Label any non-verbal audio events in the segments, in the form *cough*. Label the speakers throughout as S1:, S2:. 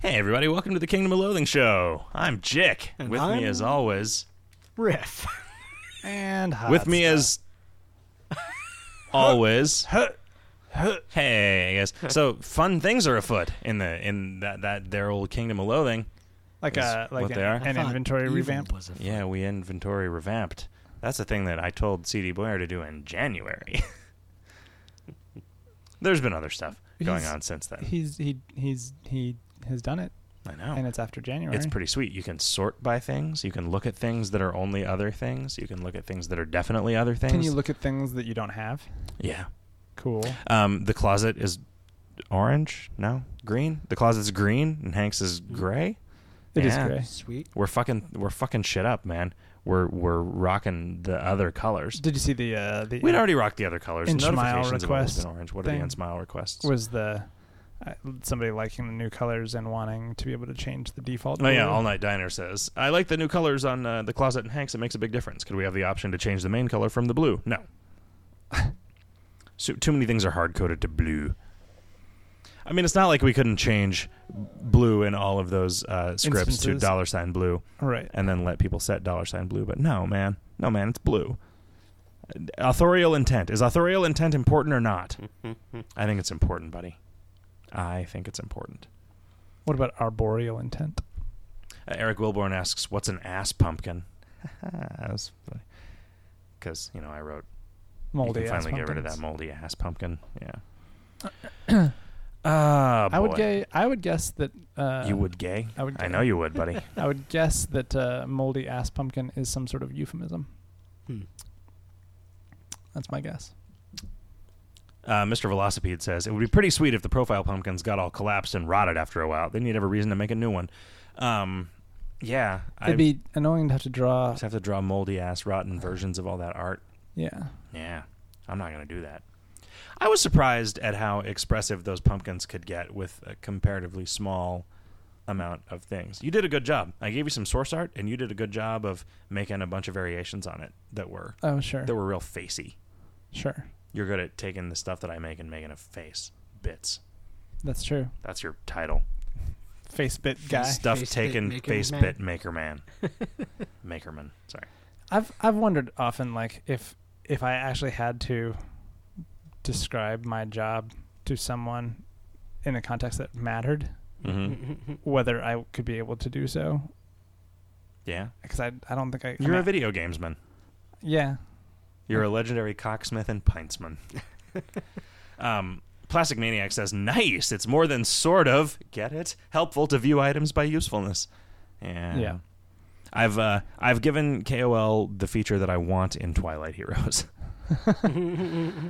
S1: Hey, everybody, welcome to the Kingdom of Loathing Show. I'm Jick.
S2: And
S1: With
S2: I'm-
S1: me, as always,
S2: Riff.
S3: And hot
S1: with me
S3: stuff.
S2: *laughs*
S1: as always. hey, I guess. So, fun things are afoot in the in that, that their old Kingdom of Loathing.
S2: like
S1: Is
S2: a like
S1: what
S2: an,
S1: they are?
S2: an inventory revamp.
S1: Yeah, we inventory revamped. That's the thing that I told CD Blair to do in January. *laughs* There's been other stuff going
S2: He's-
S1: on since then.
S2: He's he he's he has done it,
S1: I know.
S2: and it's after January.
S1: Oh. It's pretty sweet. You can sort by things. You can look at things that are only other things. You can look at things that are definitely other things.
S2: Can you look at things that you don't have?
S1: Yeah.
S2: Cool.
S1: Um, the closet is orange. No, green. The closet's green, and Hank's is gray.
S2: Mm. It is
S1: Yeah.
S2: gray.
S3: Sweet.
S1: We're fucking. We're fucking shit up, man. We're we're rocking the other colors.
S2: Did you see the uh, the
S1: We'd already rocked the other colors.
S2: In
S1: Notifications
S2: smile
S1: have always
S2: request
S1: been orange. What are
S2: thing.
S1: the unsmile requests?
S2: was the uh, somebody liking the new colors and wanting to be able to change the default?
S1: Oh yeah,
S2: blue?
S1: All Night Diner says, "I like the new colors on uh, the closet and Hanks. It makes a big difference. Could we have the option to change the main color from the blue? No. *laughs* so, too many things are hard coded to blue. I mean, it's not like we couldn't change blue in all of those uh, scripts to
S2: Instances.
S1: dollar sign blue
S2: Right.
S1: and then let people set dollar sign blue. But no, man, no man, it's blue. Uh, Authorial intent is authorial intent important or not? I think it's important, buddy. I think it's important."
S2: What about arboreal intent?
S1: Uh, Eric Wilborn asks, "What's an ass pumpkin?" *laughs* that was funny because you know I wrote.
S2: Moldy.
S1: you can
S2: ass
S1: finally get rid of
S2: pumpkins.
S1: that moldy ass pumpkin. Yeah.
S2: *coughs*
S1: Ah,
S2: I would
S1: boy.
S2: gay. I would guess that uh,
S1: you would gay.
S2: I would
S1: I
S2: gay.
S1: know you would,
S2: *laughs*
S1: buddy.
S2: I would guess that uh, moldy ass pumpkin is some sort of euphemism.
S3: Hmm.
S2: That's my guess.
S1: Uh, Mr. Velocipede says it would be pretty sweet if the profile pumpkins got all collapsed and rotted after a while. Then you'd have a reason to make a new one. Um, yeah, I
S2: It'd be annoying to have to draw.
S1: just have to draw moldy ass, rotten versions of all that art.
S2: Yeah.
S1: Yeah, I'm not going to do that. I was surprised at how expressive those pumpkins could get with a comparatively small amount of things. You did a good job. I gave you some source art, and you did a good job of making a bunch of variations on it that were
S2: Oh sure.
S1: that were real facey.
S2: Sure.
S1: You're good at taking the stuff that I make and making a face bits.
S2: That's true.
S1: That's your title.
S2: Face bit guy.
S1: Stuff
S3: Face bit
S1: taken
S3: maker
S1: face
S3: man.
S1: bit maker man. Makerman. Sorry.
S2: I've I've wondered often like if if I actually had to describe my job to someone in a context that mattered,
S1: Mm-hmm.
S2: whether I could be able to do so.
S1: Yeah.
S2: Because I I don't think I. I
S1: You're a
S2: mean,
S1: video gamesman.
S2: yeah.
S1: You're a legendary cocksmith and pintsman. um, Plastic Maniac says, "Nice. It's more than sort of get it helpful to view items by usefulness." Yeah.
S2: Yeah.
S1: I've uh, I've given KOL the feature that I want in Twilight Heroes. *laughs*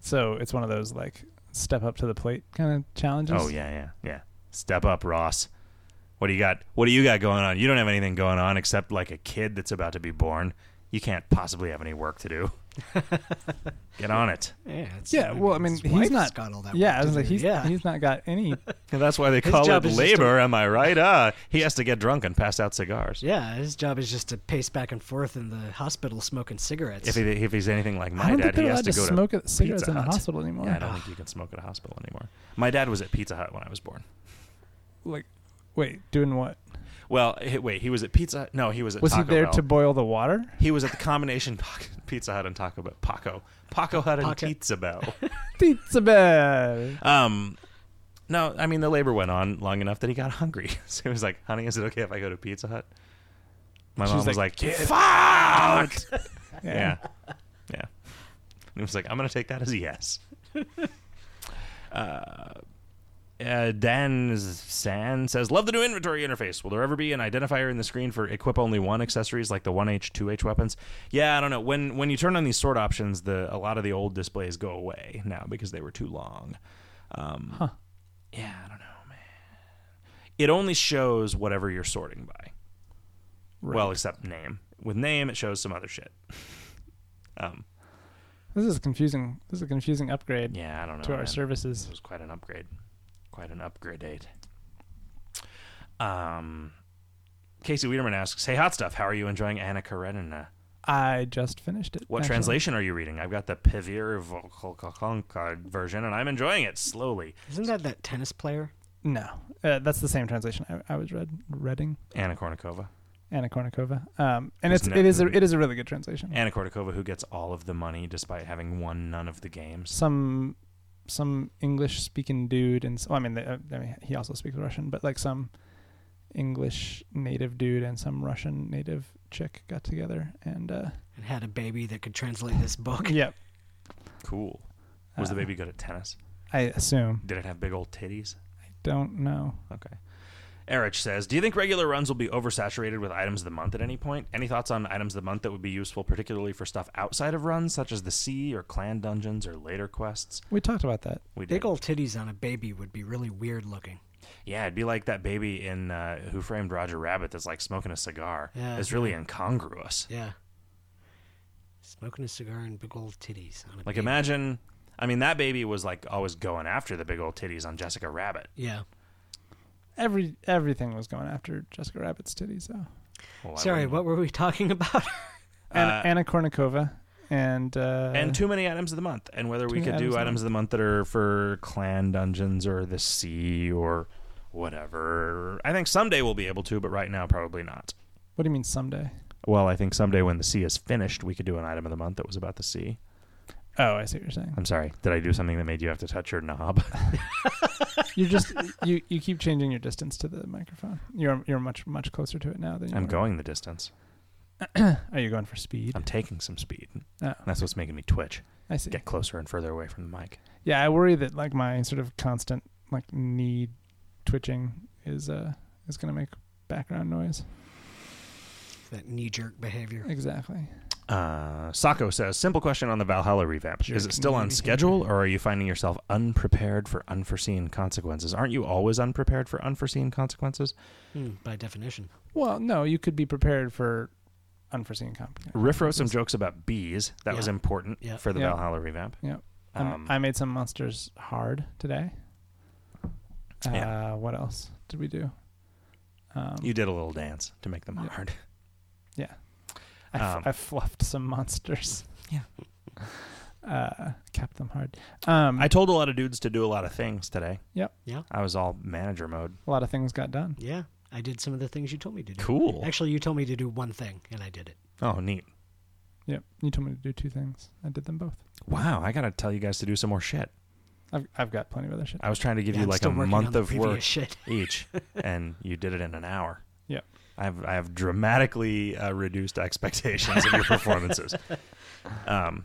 S2: So it's one of those like step up to the plate kind of challenges.
S1: oh yeah, yeah, yeah. Step up, Ross. What do you got? What do you got going on? You don't have anything going on except like a kid that's about to be born. You can't possibly have any work to do. get on it.
S3: *laughs* Yeah. It's,
S2: Yeah, well, I mean,
S3: his
S2: he's
S3: wife's
S2: not-
S3: got all that.
S2: Yeah,
S3: work
S2: I was
S3: to
S2: like,
S3: do.
S2: he's,
S3: yeah.
S2: he's not got
S1: *laughs*
S2: any.
S1: And that's why they
S3: His
S1: call it
S3: job is just to-
S1: labor, am I right? Ah, he has to get drunk and pass out cigars.
S3: yeah, his job is just to pace back and forth in the hospital smoking cigarettes.
S1: If, he, if he's anything like
S2: I
S1: my
S2: don't
S1: dad,
S2: think they're
S1: he has
S2: allowed
S1: to
S2: to,
S1: go
S2: smoke
S1: to
S2: at cigarettes
S1: Pizza
S2: in a
S1: Hut.
S2: hospital anymore.
S1: Yeah, I don't think you can smoke at a hospital anymore. My dad was at Pizza Hut when I was born.
S2: Like, wait, doing what?
S1: Well, h- wait, he was at Pizza Hut? No, he was at
S2: Was he
S1: Taco
S2: there
S1: Bell.
S2: to boil the water?
S1: he was at the combination *laughs* Pac- Pizza Hut and Taco Bell. Paco. Paco Hut and
S3: Paco.
S1: Pizza Bell.
S2: Pizza Bell.
S1: Um, no, I mean, the labor went on long enough that he got *laughs* hungry. So he was like, honey, is it okay if I go to Pizza Hut? My
S2: She
S1: mom
S2: was
S1: was
S2: like,
S1: like,
S2: "Get
S1: fuck! *laughs*
S2: Yeah.
S1: Yeah. Yeah. And he was like, I'm going to take that as a yes. *laughs* uh, uh, Dan San says, Love the new inventory interface. Will there ever be an identifier in the screen for equip only one accessories like the 1H, 2H weapons? Yeah, I don't know. When when you turn on these sort options, the a lot of the old displays go away now because they were too long. Um,
S2: Huh.
S1: Yeah, I don't know, man. It only shows whatever you're sorting by. Well, except name. With name, it shows some other shit. um,
S2: This is confusing. This is a confusing upgrade
S1: Yeah, I don't know.
S2: to our
S1: man.
S2: services.
S1: This was quite an upgrade. Quite an upgrade. Um, Casey Wiederman asks, "Hey, hot stuff. How are you enjoying Anna Karenina?
S2: I just finished it.
S1: What
S2: actually.
S1: translation are you reading? I've got the Pivir Volkokonka version, and I'm enjoying it slowly.
S3: Isn't that that tennis player?
S2: No, uh, that's the same translation I, I was read. Reading
S1: Anna Kournikova.
S2: Anna Kournikova. Um, and
S1: Just
S2: it's
S1: net
S2: it is a,
S1: movie.
S2: it is a really good translation.
S1: Anna Kournikova, who gets all of the money despite having won none of the games.
S2: some some English speaking dude, and s- well, I mean, the, uh, I mean, he also speaks Russian, but like some English native dude and some Russian native chick got together, and uh,
S3: and had a baby that could translate this
S2: *laughs*
S3: book.
S2: yeah,
S1: Cool. Was the
S3: Uh-huh.
S2: uh,
S1: baby good at tennis?
S2: I assume.
S1: Did it have big old titties?
S2: Don't know.
S1: Okay. Erich says, "Do you think regular runs will be oversaturated with items of the month at any point? Any thoughts on items of the month that would be useful, particularly for stuff outside of runs, such as the sea or clan dungeons or later quests?"
S2: We talked about that.
S1: We did.
S3: Big old titties on a baby would be really weird looking.
S1: Yeah, it'd be like that baby in uh, Who Framed Roger Rabbit that's like smoking a cigar.
S3: Yeah.
S1: It's really incongruous.
S3: Yeah. Smoking a cigar and big old titties on a
S1: Like
S3: baby.
S1: imagine, I mean, that baby was like always going after the big old titties on Jessica Rabbit.
S3: Yeah.
S2: Every everything was going after Jessica Rabbit's titties, though.
S1: Well, I
S3: Sorry,
S1: wouldn't-
S3: what were we *laughs* talking about?
S2: Anna,
S1: Uh,
S2: Anna Kournikova and uh,
S1: and too many items of the month, and whether we
S2: Too many
S1: could do
S2: items of the
S1: items of the month that are for clan dungeons or the sea or whatever. I think someday we'll be able to, but right now probably not.
S2: what do you mean someday?
S1: Well, I think someday when the sea is finished, we could do an item of the month that was about the sea.
S2: Oh, I see what you're saying.
S1: I'm sorry, did I do something that made you have to touch your knob? *laughs*
S2: You just *laughs* you you keep changing your distance to the microphone. You're you're much much closer to it now than you
S1: I'm
S2: were.
S1: going the distance.
S2: Are you going for speed?
S1: I'm taking some speed.
S2: Oh,
S1: That's what's making me twitch.
S2: I see.
S1: Get closer and further away from the mic.
S2: Yeah, I worry that like my sort of constant like knee twitching is uh is gonna make background noise.
S3: that knee jerk behavior.
S2: Exactly.
S1: Uh, Sako says, simple question on the Valhalla revamp. Is
S2: Jerk
S1: it still on
S2: me.
S1: schedule, or are you finding yourself unprepared for unforeseen consequences? Aren't you always unprepared for unforeseen consequences?
S3: Hmm, by definition.
S2: Well, no, you could be prepared for unforeseen comp-
S1: Riff wrote some jokes about bees. That was
S3: Yeah.
S1: important
S3: Yeah.
S1: for the
S2: Yeah.
S1: Valhalla revamp.
S2: Yeah. Um,
S1: Um,
S2: I made some monsters hard today. Uh,
S1: Yeah.
S2: What else did we do? Um,
S1: you did a little dance to make them
S2: Yeah.
S1: hard.
S2: I, f-
S1: um,
S2: I fluffed some monsters.
S1: Yeah.
S2: *laughs* uh, kept them hard. Um,
S1: I told a lot of dudes to do a lot of things today.
S2: Yep.
S3: Yeah.
S1: I was all manager mode.
S2: a lot of things got done.
S3: Yeah. I did some of the things you told me to do.
S1: Cool.
S3: Actually, you told me to do one thing, and I did it.
S1: Oh, neat.
S2: Yep. You told me to do two things. I did them both.
S1: Wow, I gotta tell you guys to do some more shit.
S2: I've I've got plenty of other shit.
S1: I was trying to give
S3: Yeah,
S1: you
S3: I'm
S1: like
S3: still
S1: a
S3: working on
S1: month
S3: the
S1: of
S3: previous
S1: work
S3: Shit.
S1: each, and you did it in an hour.
S2: Yep.
S1: I've I have dramatically uh, reduced expectations of your performances. um,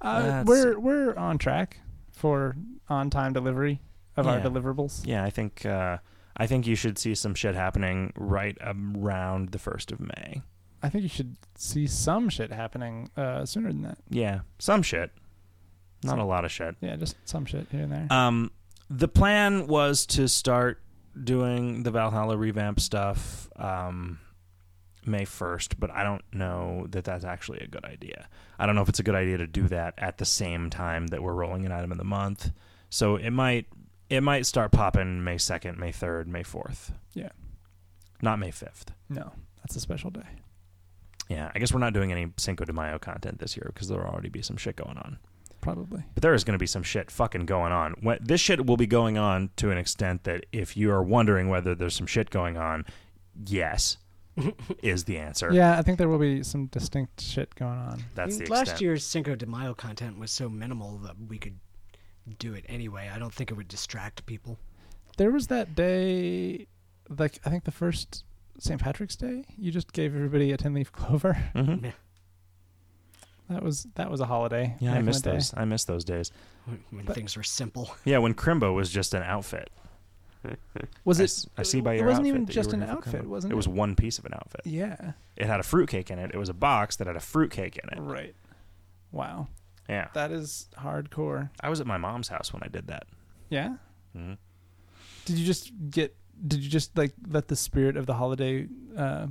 S2: Uh,
S1: That's-
S2: we're we're on track for on time delivery of our
S1: Yeah.
S2: deliverables.
S1: yeah, I think uh, I think you should see some shit happening right around the first of May.
S2: I think you should see some shit happening uh, sooner than that.
S1: Yeah, some shit, not a lot of shit.
S2: Yeah, just some shit here and there.
S1: Um, the plan was to start doing the Valhalla revamp stuff um, May 1st, but I don't know that that's actually a good idea. I don't know if it's a good idea to do that at the same time that we're rolling an item of the month. So it might it might start popping May 2nd, May 3rd, May 4th.
S2: Yeah.
S1: Not May 5th.
S2: no, that's a special day.
S1: Yeah, I guess we're not doing any Cinco de Mayo content this year because there'll already be some shit going on.
S2: Probably.
S1: But there is going to be some shit fucking going on. When, this shit will be going on to an extent that if you are wondering whether there's some shit going on, yes
S2: *laughs*
S1: is the answer.
S2: Yeah, I think there will be some distinct shit going on.
S1: That's the
S3: Last
S1: extent.
S3: year's Cinco de Mayo content was so minimal that we could do it anyway. I don't think it would distract people.
S2: There was that day, like I think the first St. Patrick's Day. You just gave everybody a ten leaf clover. *laughs*
S1: Mhm.
S2: That was that was a holiday.
S1: Yeah,
S2: back
S1: I
S2: in
S1: miss
S2: the day.
S1: those. I miss those days.
S3: When, *laughs* when
S2: But-
S3: things were simple. *laughs*
S1: Yeah, when Crimbo was just an outfit.
S2: Was
S1: I
S2: it?
S1: s- I see by
S2: it
S1: your outfit
S2: wasn't even
S1: that you
S2: just
S1: were
S2: an
S1: here for
S2: outfit,
S1: Crimbo.
S2: wasn't
S1: It was one piece of an outfit.
S2: Yeah.
S1: It had a fruitcake in it. It was a box that had a fruitcake in it.
S2: Right. Wow.
S1: Yeah.
S2: That is hardcore.
S1: I was at my mom's house when I did that.
S2: Yeah.
S1: Mhm.
S2: Did you just get? Did you just like let the spirit of the holiday uh,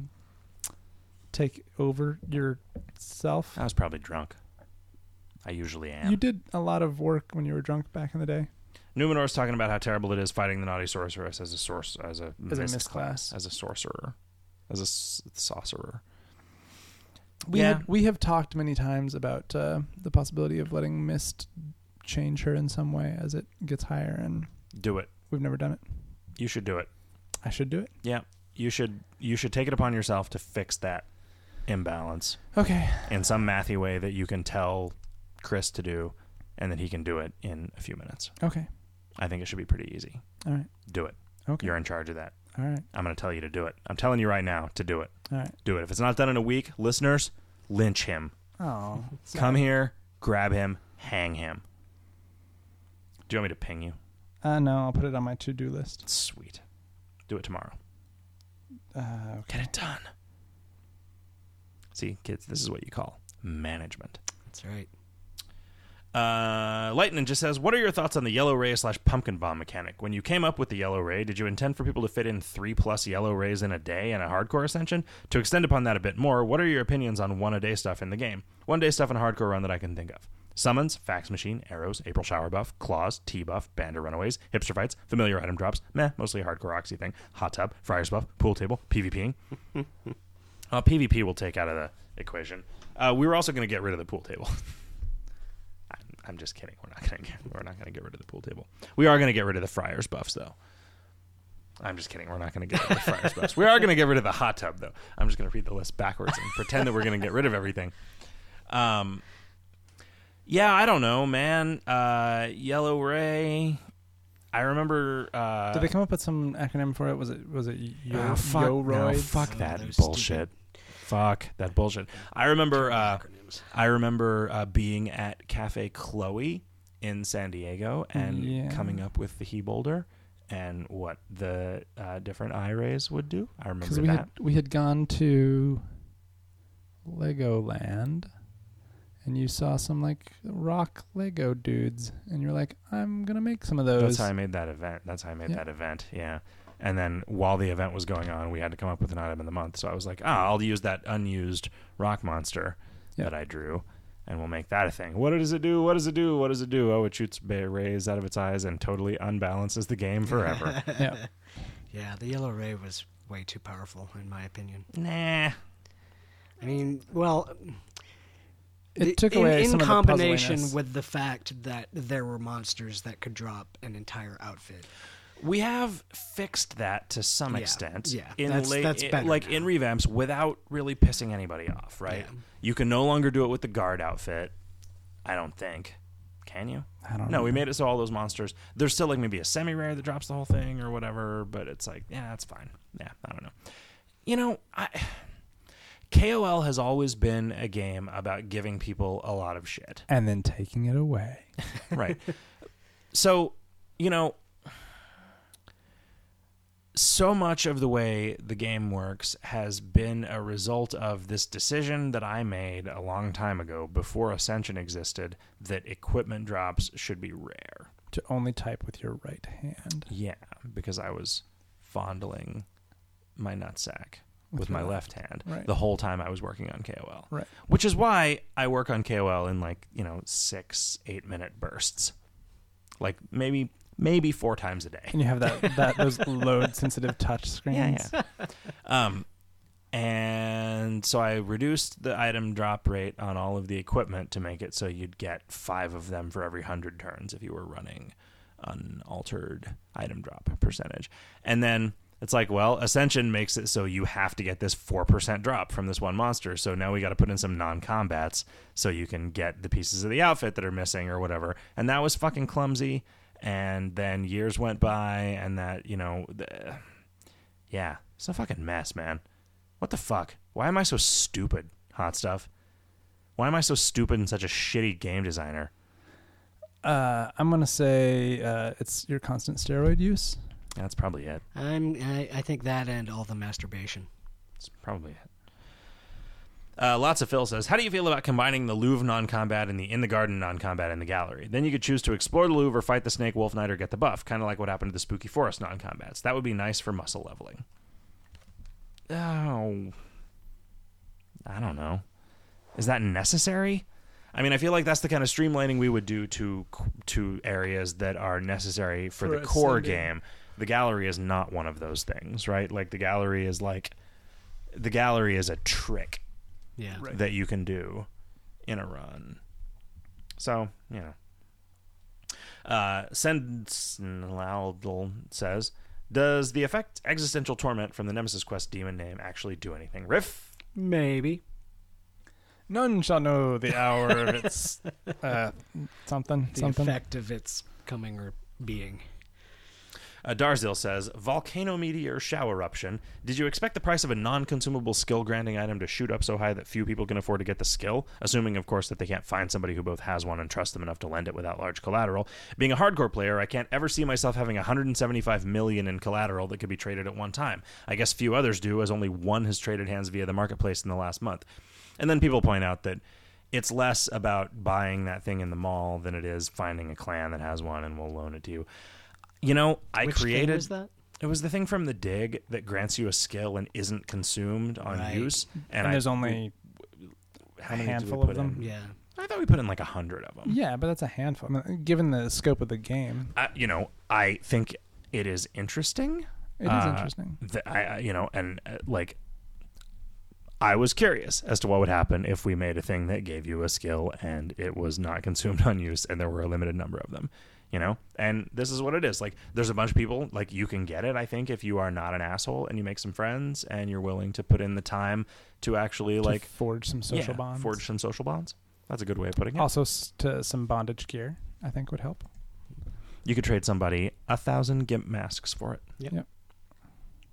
S2: take over yourself?
S1: I was probably drunk. I usually am.
S2: You did a lot of work when you were drunk back in the day.
S1: Numenor's talking about how terrible it is fighting the naughty sorceress as a source as a
S2: As a
S1: mist
S2: mist class.
S1: as a sorcerer as a s- sorcerer.
S2: We
S1: Yeah.
S2: had, we have talked many times about uh, the possibility of letting Mist change her in some way as it gets higher and
S1: Do it.
S2: We've never done it.
S1: You should do it.
S2: I should do it.
S1: Yeah. You should you should take it upon yourself to fix that imbalance
S2: Okay.
S1: in some mathy way that you can tell Chris to do and that he can do it in a few minutes.
S2: Okay.
S1: I think it should be pretty easy.
S2: All right.
S1: Do it.
S2: Okay.
S1: You're in charge of that.
S2: All right.
S1: I'm going to tell you to do it. I'm telling you right now to do it.
S2: All right.
S1: Do it. If it's not done in a week, listeners, lynch him.
S2: Oh. *laughs*
S1: Come here, grab him, hang him. Do you want me to ping you?
S2: Uh, no, I'll put it on my to-do list.
S1: Sweet. Do it tomorrow.
S2: Uh, okay.
S1: Get it done. See, kids, this is what you call management.
S3: That's right.
S1: Uh, Lightning just says, "What are your thoughts on the yellow ray slash pumpkin bomb mechanic? When you came up with the yellow ray, did you intend for people to fit in three plus yellow rays in a day and a hardcore ascension? To extend upon that a bit more, what are your opinions on one a day stuff in the game? One day stuff in a hardcore run that I can think of: summons, fax machine, arrows, April shower buff, claws, T buff, band of runaways, hipster fights, familiar item drops, meh, mostly a hardcore oxy thing, hot tub, friars buff, pool table, PvPing. uh, PvP we'll take out of the equation. Uh, we were also going to get rid of the pool table." *laughs* I'm, I'm just kidding. We're not gonna get, we're not gonna get rid of the pool table. We are gonna get rid of the Friars buffs though. I'm just kidding. We're not gonna get rid of the Friars buffs. We are gonna get rid of the hot tub though. I'm just gonna read the list backwards and pretend that we're gonna get rid of everything. Um, yeah, I don't know, man. Uh, Yellow Ray. I remember. Uh,
S2: Did they come up with some acronym for it? Was it was it yo,
S1: Oh, fuck, no,
S2: Yoroids?
S1: fuck
S3: Oh,
S1: that
S3: those stupid-
S1: bullshit. Fuck that bullshit. I remember. Uh,
S3: Acronyms.
S1: I remember uh, being at Cafe Chloe in San Diego and
S2: Yeah.
S1: coming up with the he boulder and what the uh, different eye rays would do. I remember
S2: we
S1: that.
S2: had we had gone to Legoland, and you saw some like rock Lego dudes, and you're like, I'm gonna make some of those.
S1: That's how I made that event. That's how I made
S2: Yeah.
S1: that event. Yeah. And then while the event was going on, we had to come up with an item of the month. So I was like, ah, I'll use that unused rock monster
S2: Yeah.
S1: that I drew and we'll make that a thing. What does it do? What does it do? What does it do? Oh, it shoots ba- rays out of its eyes and totally unbalances the game
S3: *laughs*
S1: forever.
S2: yeah,
S3: Yeah, the yellow ray was way too powerful, in my opinion.
S1: nah.
S3: I mean, well,
S2: it
S3: the-
S2: took
S3: in,
S2: away
S3: in
S2: some
S3: combination
S2: of the puzzliness.
S3: with the fact that there were monsters that could drop an entire outfit.
S1: We have fixed that to some
S3: Yeah,
S1: extent.
S3: yeah.
S1: in
S3: That's-
S1: late,
S3: that's better
S1: like
S3: now.
S1: in revamps without really pissing anybody off, right?
S3: Yeah.
S1: You can no longer do it with the guard outfit. I don't think. Can you?
S2: I don't
S1: No,
S2: know.
S1: we made it so all those monsters. There's still like maybe a semi rare that drops the whole thing or whatever, but it's like, yeah, that's fine. Yeah, I don't know. You know, I KOL has always been a game about giving people a lot of
S2: *laughs*
S1: shit
S2: and then taking it away.
S1: right. So, you know, so much of the way the game works has been a result of this decision that I made a long time ago before Ascension existed that equipment drops should be rare.
S2: To only type with your right hand
S1: Yeah, because I was fondling my nutsack with,
S2: your
S1: my left hand
S2: Right.
S1: the whole time I was working on KOL.
S2: Right.
S1: Which is why I work on KOL in like, you know, six, eight minute bursts. Like maybe maybe four times a day.
S2: And you have that that
S3: *laughs*
S2: those load sensitive touch screens.
S1: Yeah, yeah. *laughs* um, and so I reduced the item drop rate on all of the equipment to make it so you'd get five of them for every hundred turns if you were running unaltered item drop percentage. And then it's like, well, Ascension makes it so you have to get this four percent drop from this one monster. So now we got to put in some non-combats so you can get the pieces of the outfit that are missing or whatever. And that was fucking clumsy. And then years went by, and that you know. The, yeah, it's a fucking mess, man. What the fuck? Why am I so stupid, hot stuff? Why am I so stupid and such a shitty game designer?
S2: Uh, I'm gonna say uh, it's your constant steroid use.
S1: That's probably it.
S3: I'm, I, I think that and all the masturbation.
S1: It's probably it. Uh, lots of Phil says, How do you feel about combining the Louvre non combat and the In the Garden non combat in the gallery? Then you could choose to explore the Louvre or fight the Snake Wolf Knight or get the buff, kind of like what happened to the Spooky Forest non combats. That would be nice for muscle leveling. Oh. I don't know. Is that necessary? I mean, I feel like that's the kind of streamlining we would do to to areas that are necessary for,
S2: For
S1: the core
S2: ascending.
S1: game. The gallery is not one of those things, right? Like the gallery is like the gallery is a trick
S3: Yeah.
S2: Right.
S1: that you can do in a run. So, you know. Uh, Sendlaudl says, "Does the effect existential torment from the Nemesis Quest demon name actually do anything?" Riff.
S3: Maybe.
S2: None shall know the hour of
S3: *laughs*
S2: its uh, something
S3: The
S2: something.
S3: effect of its coming or being.
S1: Uh, Darzil says, "Volcano meteor shower eruption. Did you expect the price of a non-consumable skill granting item to shoot up so high that few people can afford to get the skill? Assuming, of course, that they can't find somebody who both has one and trusts them enough to lend it without large collateral. Being a hardcore player, I can't ever see myself having 175 million in collateral that could be traded at one time. I guess few others do, as only one has traded hands via the marketplace in the last month." And then people point out that it's less about buying that thing in the mall than it is finding a clan that has one and will loan it to you. You know, I
S3: Which game
S1: created
S3: was that?
S1: It was the thing from the dig that grants you a skill and isn't consumed on
S3: Right.
S1: use. And,
S2: And
S1: I-
S2: there's only
S1: how
S2: a
S1: many did we
S2: handful of
S1: put
S2: them.
S1: in?
S3: Yeah.
S1: I thought we put in like a hundred of them.
S2: yeah, but that's a handful. I mean, given the scope of the game,
S1: I, you know, I think it is interesting.
S2: it is
S1: Uh,
S2: interesting.
S1: th- I, I- you know, and uh, like, I was curious as to what would happen if we made a thing that gave you a skill and it was not *laughs* consumed on use, and there were a limited number of them. You know, and this is what it is. Like, there's a bunch of people. Like, you can get it. I think if you are not an asshole and you make some friends and you're willing to put in the time to actually
S2: Like
S1: like
S2: to forge some social
S1: yeah,
S2: bonds.
S1: forge some social bonds. That's a good way of putting it.
S2: Also, s- to some bondage gear, I think would help.
S1: You could trade somebody a thousand gimp masks for it.
S3: Yep.
S2: Yep.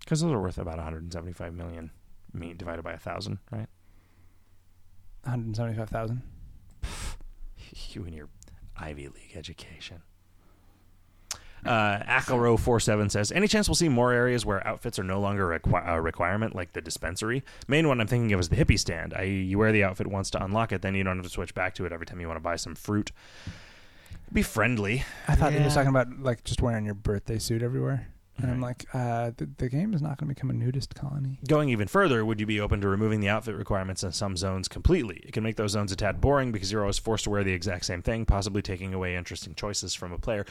S1: Because those are worth about 175 million meat divided by a thousand, right? *laughs*
S2: 175,000.
S1: You and your Ivy League education. Uh, Acklerow47 says, Any chance we'll see more areas where outfits are no longer a requi- a requirement, like the dispensary? Main one I'm thinking of is the hippie stand, i.e., you wear the outfit once to unlock it, then you don't have to switch back to it every time you want to buy some fruit. Be friendly.
S2: I thought he was
S3: Yeah.
S2: talking about like just wearing your birthday suit everywhere. And I'm
S1: Right.
S2: like, uh, the, the game is not going to become a nudist colony.
S1: Going even further, would you be open to removing the outfit requirements in some zones completely? It can make those zones a tad boring because you're always forced to wear the exact same thing, possibly taking away interesting choices from a player.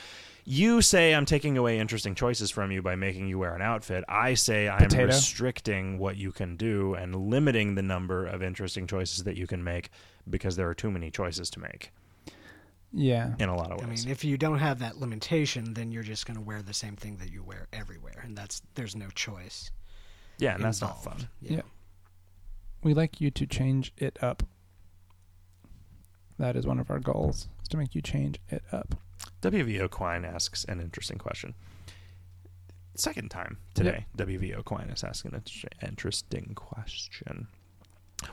S1: You say I'm taking away interesting choices from you by making you wear an outfit. I say I'm
S2: Potato.
S1: restricting what you can do and limiting the number of interesting choices that you can make because there are too many choices to make
S2: Yeah.
S1: in a lot of
S3: I
S1: ways.
S3: mean, if you don't have that limitation, then you're just going to wear the same thing that you wear everywhere, and that's there's no choice.
S1: yeah, and that's
S3: involved.
S1: not fun.
S3: Yeah.
S2: Yeah. We like you to change it up. That is one of our goals, is to make you change it up.
S1: WVO Quine asks an interesting question. Second time today, WVO Quine is asking an inter- interesting question.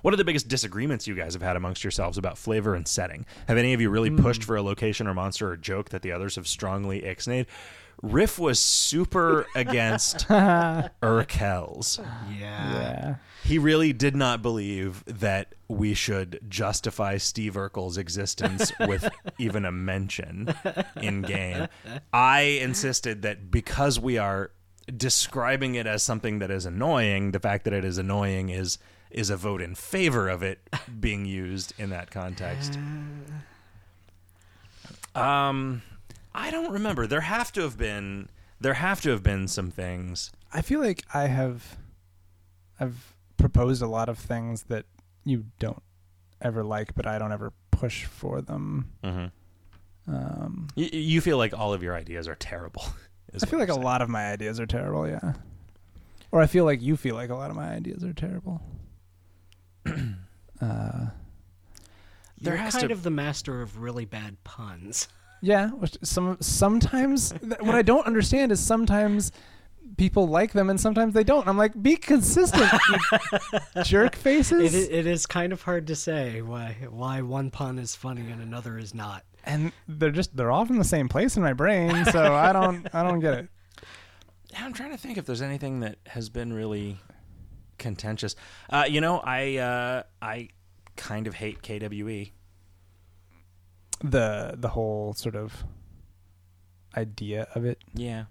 S1: What are the biggest disagreements you guys have had amongst yourselves about flavor and setting? Have any of you really pushed for a location or monster or joke that the others have strongly ixnayed? Riff was super against Urkels.
S3: Yeah.
S2: Yeah.
S1: He really did not believe that we should justify Steve Urkel's
S2: *laughs*
S1: existence with even a mention in game. I insisted that because we are describing it as something that is annoying, the fact that it is annoying is is a vote in favor of it being used in that
S2: *laughs*
S1: context. Um I don't remember. There have to have been there have to have been some things.
S2: I feel like I have I've proposed a lot of things that you don't ever like, but I don't ever push for them.
S1: Mm-hmm.
S2: Um,
S1: You, you feel like all of your ideas are terrible. *laughs* is
S2: I
S1: what
S2: feel
S1: you're
S2: like a
S1: saying.
S2: lot of my ideas are terrible, yeah. Or I feel like you feel like a lot of my ideas
S1: *clears throat*
S2: are terrible. uh,
S1: There
S3: You're
S1: has
S3: kind
S1: to-
S3: of the master of really bad puns.
S2: yeah, which some
S1: *laughs*
S2: sometimes th- what I don't understand is sometimes people like them and sometimes they don't. I'm like, be consistent,
S1: *laughs*
S2: you jerk
S3: It,
S2: faces.
S3: i- it is kind of hard to say why why one pun is funny and another is not.
S2: and they're just they're all from the same place in my brain,
S1: *laughs*
S2: so I don't I don't get it.
S1: I'm trying to think if there's anything that has been really contentious. Uh, you know, I uh, I kind of hate E. KWE.
S2: The the whole sort of idea of it.
S1: Yeah,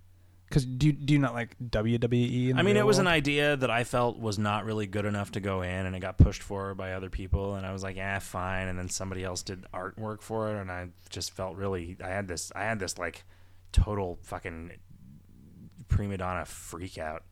S2: Because do do you not like WWE? In the
S1: I mean,
S2: real
S1: it was
S2: world?
S1: an idea that I felt was not really good enough to go in, and it got pushed for by other people, and I was like, "Ah, fine." And then somebody else did artwork for it, and I just felt really, I had this, I had this like total fucking prima donna freak out.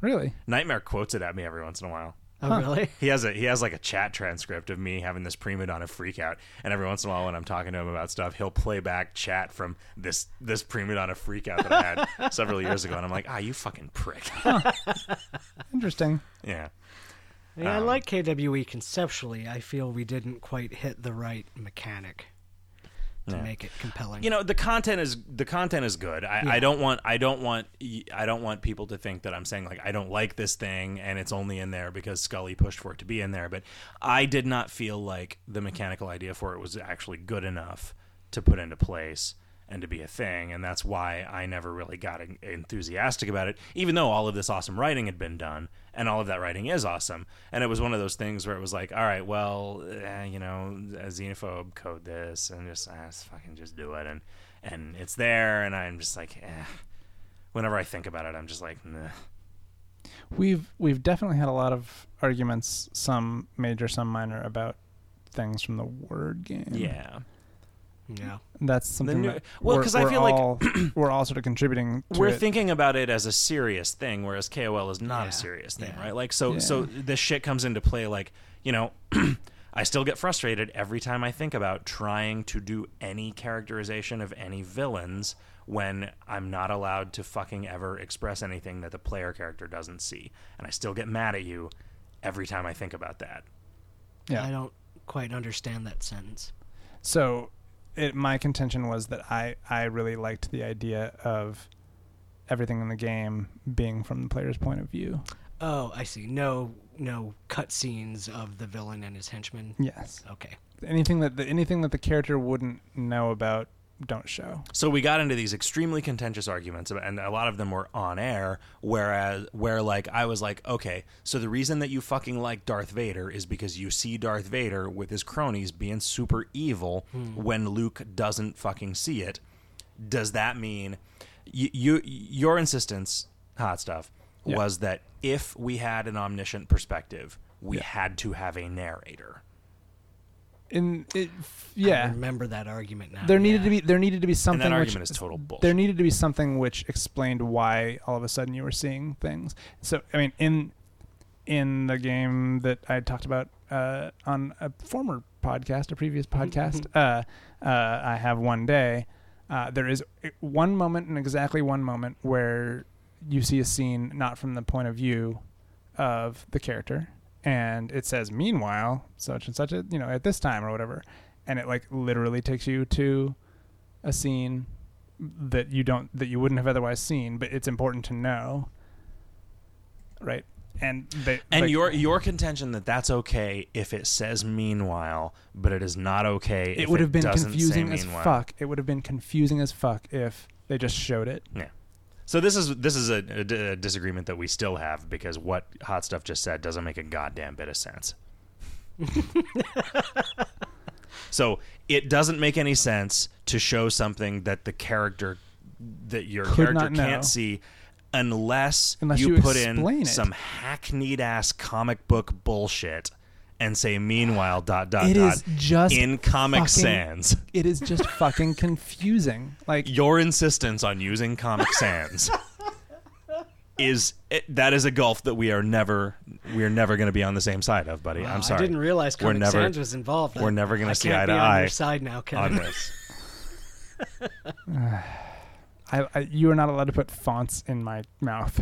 S2: really.
S1: Nightmare quotes it at me every once in a while.
S3: Oh, really?
S1: He has a he has like a chat transcript of me having this prima donna freak out, and every once in a while when I'm talking to him about stuff, he'll play back chat from this this prima donna freak out that I had several years ago, and I'm like, ah, you fucking prick.
S2: Interesting.
S1: yeah,
S3: I, mean, I
S1: Um,
S3: like KWE conceptually. I feel we didn't quite hit the right mechanic to
S1: Yeah.
S3: make it compelling.
S1: you know the content is the content is good. I, I don't want I don't want I don't want people to think that I'm saying like I don't like this thing and it's only in there because Scully pushed for it to be in there. But I did not feel like the mechanical idea for it was actually good enough to put into place and to be a thing, and that's why I never really got en- enthusiastic about it. Even though all of this awesome writing had been done, and all of that writing is awesome, and it was one of those things where it was like, all right, well, eh, you know, a xenophobe code this, and just ah, just fucking just do it, and and it's there, and I'm just like, eh. whenever I think about it, I'm just like, nah.
S2: We've we've definitely had a lot of arguments, some major, some minor, about things from the word game.
S1: yeah,
S3: yeah.
S2: that's something.
S1: new-
S2: that
S1: well,
S2: we're-
S1: 'cause I
S2: we're
S1: feel like- *clears throat*
S2: all, we're all sort of contributing. To
S1: we're
S2: it.
S1: thinking about it as a serious thing, whereas KOL is not
S3: Yeah.
S1: a serious thing,
S3: Yeah.
S1: right? Like, so so this shit comes into play. Like, you know, *clears throat* I still get frustrated every time I think about trying to do any characterization of any villains when I'm not allowed to fucking ever express anything that the player character doesn't see, and I still get mad at you every time I think about that.
S2: Yeah.
S3: I don't quite understand that sentence.
S2: so it, my contention was that I, I really liked the idea of everything in the game being from the player's point of view.
S3: Oh, I see. No, no cutscenes of the villain and his henchmen.
S2: Yes.
S3: Okay.
S2: Anything that the, anything that the character wouldn't know about, don't show.
S1: So we got into these extremely contentious arguments, and a lot of them were on air. Whereas, where like I was like, okay, so the reason that you fucking like Darth Vader is because you see Darth Vader with his cronies being super evil when Luke doesn't fucking see it. Does that mean you, you your insistence, hot stuff,
S2: Yeah.
S1: was that if we had an omniscient perspective, we had to have a narrator?
S2: In it,
S3: I
S2: yeah,
S3: remember that argument now.
S2: there needed
S3: Yeah.
S2: to be there needed to be
S1: And
S2: something.
S1: that
S2: which,
S1: argument is total bullshit.
S2: There needed to be something which explained why all of a sudden you were seeing things. So I mean, in in the game that I talked about uh, on a former podcast, a previous
S1: Mm-hmm,
S2: podcast, uh, uh, I have one day. Uh, there is one moment and exactly one moment where you see a scene not from the point of view of the character, and it says, "Meanwhile, such and such, a, you know, at this time or whatever," and it like literally takes you to a scene that you don't that you wouldn't have otherwise seen, but it's important to know, right? And they,
S1: And
S2: like,
S1: your your contention that that's okay if it says meanwhile, but it is not okay.
S2: it
S1: if
S2: would have been
S1: doesn't say
S2: confusing as
S1: meanwhile.
S2: fuck. It would have been confusing as fuck if they just showed it.
S1: So this is this is a, a d- a disagreement that we still have because what hot stuff just said doesn't make a goddamn bit of
S2: *laughs*
S1: sense. so it doesn't make any sense to show something that the character that your
S2: Could
S1: character
S2: not know.
S1: can't see unless,
S2: Unless
S1: you,
S2: you
S1: put in
S2: explain it.
S1: some hackneyed ass comic book bullshit and say meanwhile dot dot
S2: It
S1: dot
S2: is just
S1: in comic
S2: fucking-
S1: sans
S2: It is
S1: *laughs*
S2: just fucking confusing. Like
S1: your insistence on using Comic
S3: *laughs*
S1: Sans is it, that is a gulf that we are never we are never going to be on the same side of, buddy.
S3: Wow,
S1: I'm sorry.
S3: I didn't realize
S1: We're
S3: Comic
S1: never-
S3: Sans was involved. I-
S1: we're never gonna
S3: I
S1: see
S3: can't
S1: eye
S3: be
S1: to
S3: on
S1: eye
S3: Your side now,
S1: on
S3: Kevin.
S1: this.
S2: I, I, you are not allowed to put fonts in my
S1: *laughs*
S2: mouth.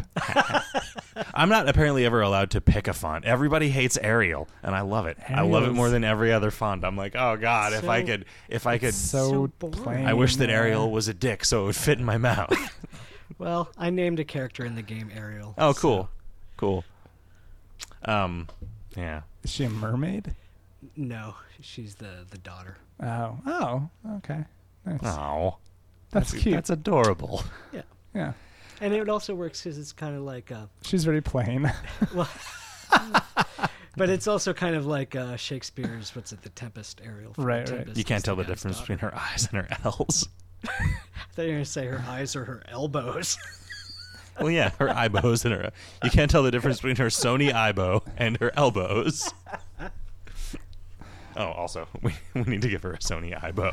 S1: I'm not apparently ever allowed to pick a font. Everybody hates Arial, and I love it. I love it
S2: Arial's-
S1: more than every other font. I'm like, oh god, if I
S3: So-
S1: could, if I could.
S2: So,
S3: boring.
S2: plain.
S1: I wish that Arial was a dick so it would fit in my
S3: *laughs*
S1: mouth.
S3: *laughs* Well, I named a character in the game Ariel.
S1: oh,
S3: so-
S1: cool, cool. Um, yeah.
S2: Is she a mermaid?
S3: No, she's the the daughter.
S2: Oh, oh, okay. Nice.
S1: Oh,
S2: that's, cute.
S1: That's adorable.
S2: yeah,
S3: And it also works because it's kind of like, uh,
S2: she's very plain. *laughs*
S3: well, but it's also kind of like uh, Shakespeare's what's it, The Tempest Ariel. from
S2: Right,
S3: The
S2: right.
S3: Tempest
S1: You can't
S3: is
S1: tell the
S3: god's
S1: difference
S3: daughter.
S1: between her *laughs* eyes and her L's.
S3: I thought you were gonna say her eyes or her elbows. *laughs*
S1: Well, yeah, her eyebows and her. You can't tell the difference between her Sony eyebow and her elbows. Oh, also, we, we need to give her a Sony eyebow.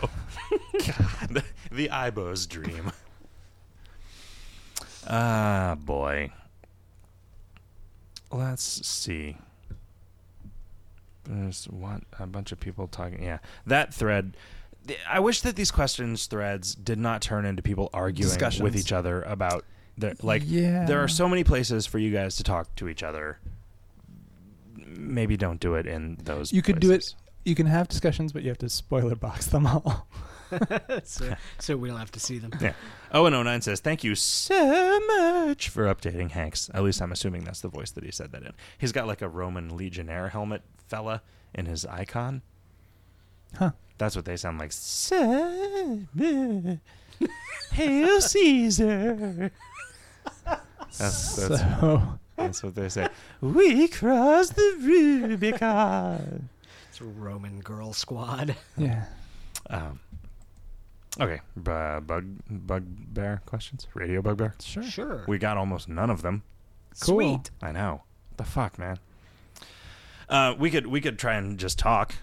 S1: God, *laughs* the, the eyebow's dream. Ah, boy. Let's see. there's what a bunch of people talking. Yeah, that thread. th- I wish that these questions threads did not turn into people arguing with
S2: Discussions.
S1: each other about their like.
S2: yeah.
S1: There are so many places for you guys to talk to each other. Maybe don't do it in those.
S2: You could do it-
S1: places.
S2: you can have discussions, but you have to spoiler box them all.
S3: *laughs* so, so we don't have to see them.
S1: Owen 09 says, Thank you so much for updating Hanks. At least I'm assuming that's the voice that he said that in. He's got like a Roman legionnaire helmet fella in his icon.
S2: Huh.
S1: That's what they sound like. So much. Hail
S2: *laughs*
S1: Caesar. That's, *laughs* that's,
S2: so
S1: that's what they say. We cross the Rubicon.
S3: It's Roman
S1: *laughs*
S3: girl squad.
S2: yeah.
S1: Um, okay. Bu- bug, bugbear questions? Radio bugbear?
S2: Sure.
S3: Sure.
S1: We got almost none of them.
S2: Cool.
S3: Sweet.
S1: I know. The fuck, man. Uh, we could we could try and just talk,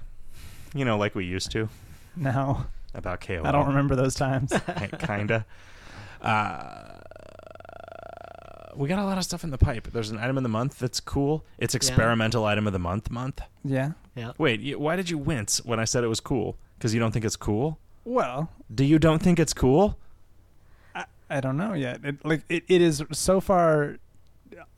S1: you know, like we used to
S2: Now
S1: about KOL.
S2: I don't remember
S1: *laughs*
S2: those times.
S1: remember. Kinda. Uh, we got a lot of stuff in the pipe. There's an item of the month that's cool. It's experimental item of the month month.
S2: yeah.
S3: Yeah.
S1: Wait, you, why did you wince when I said it was cool? Because you don't think it's cool?
S2: Well,
S1: Do you don't think it's cool?
S2: I, I don't know yet. It, like it, it is so far.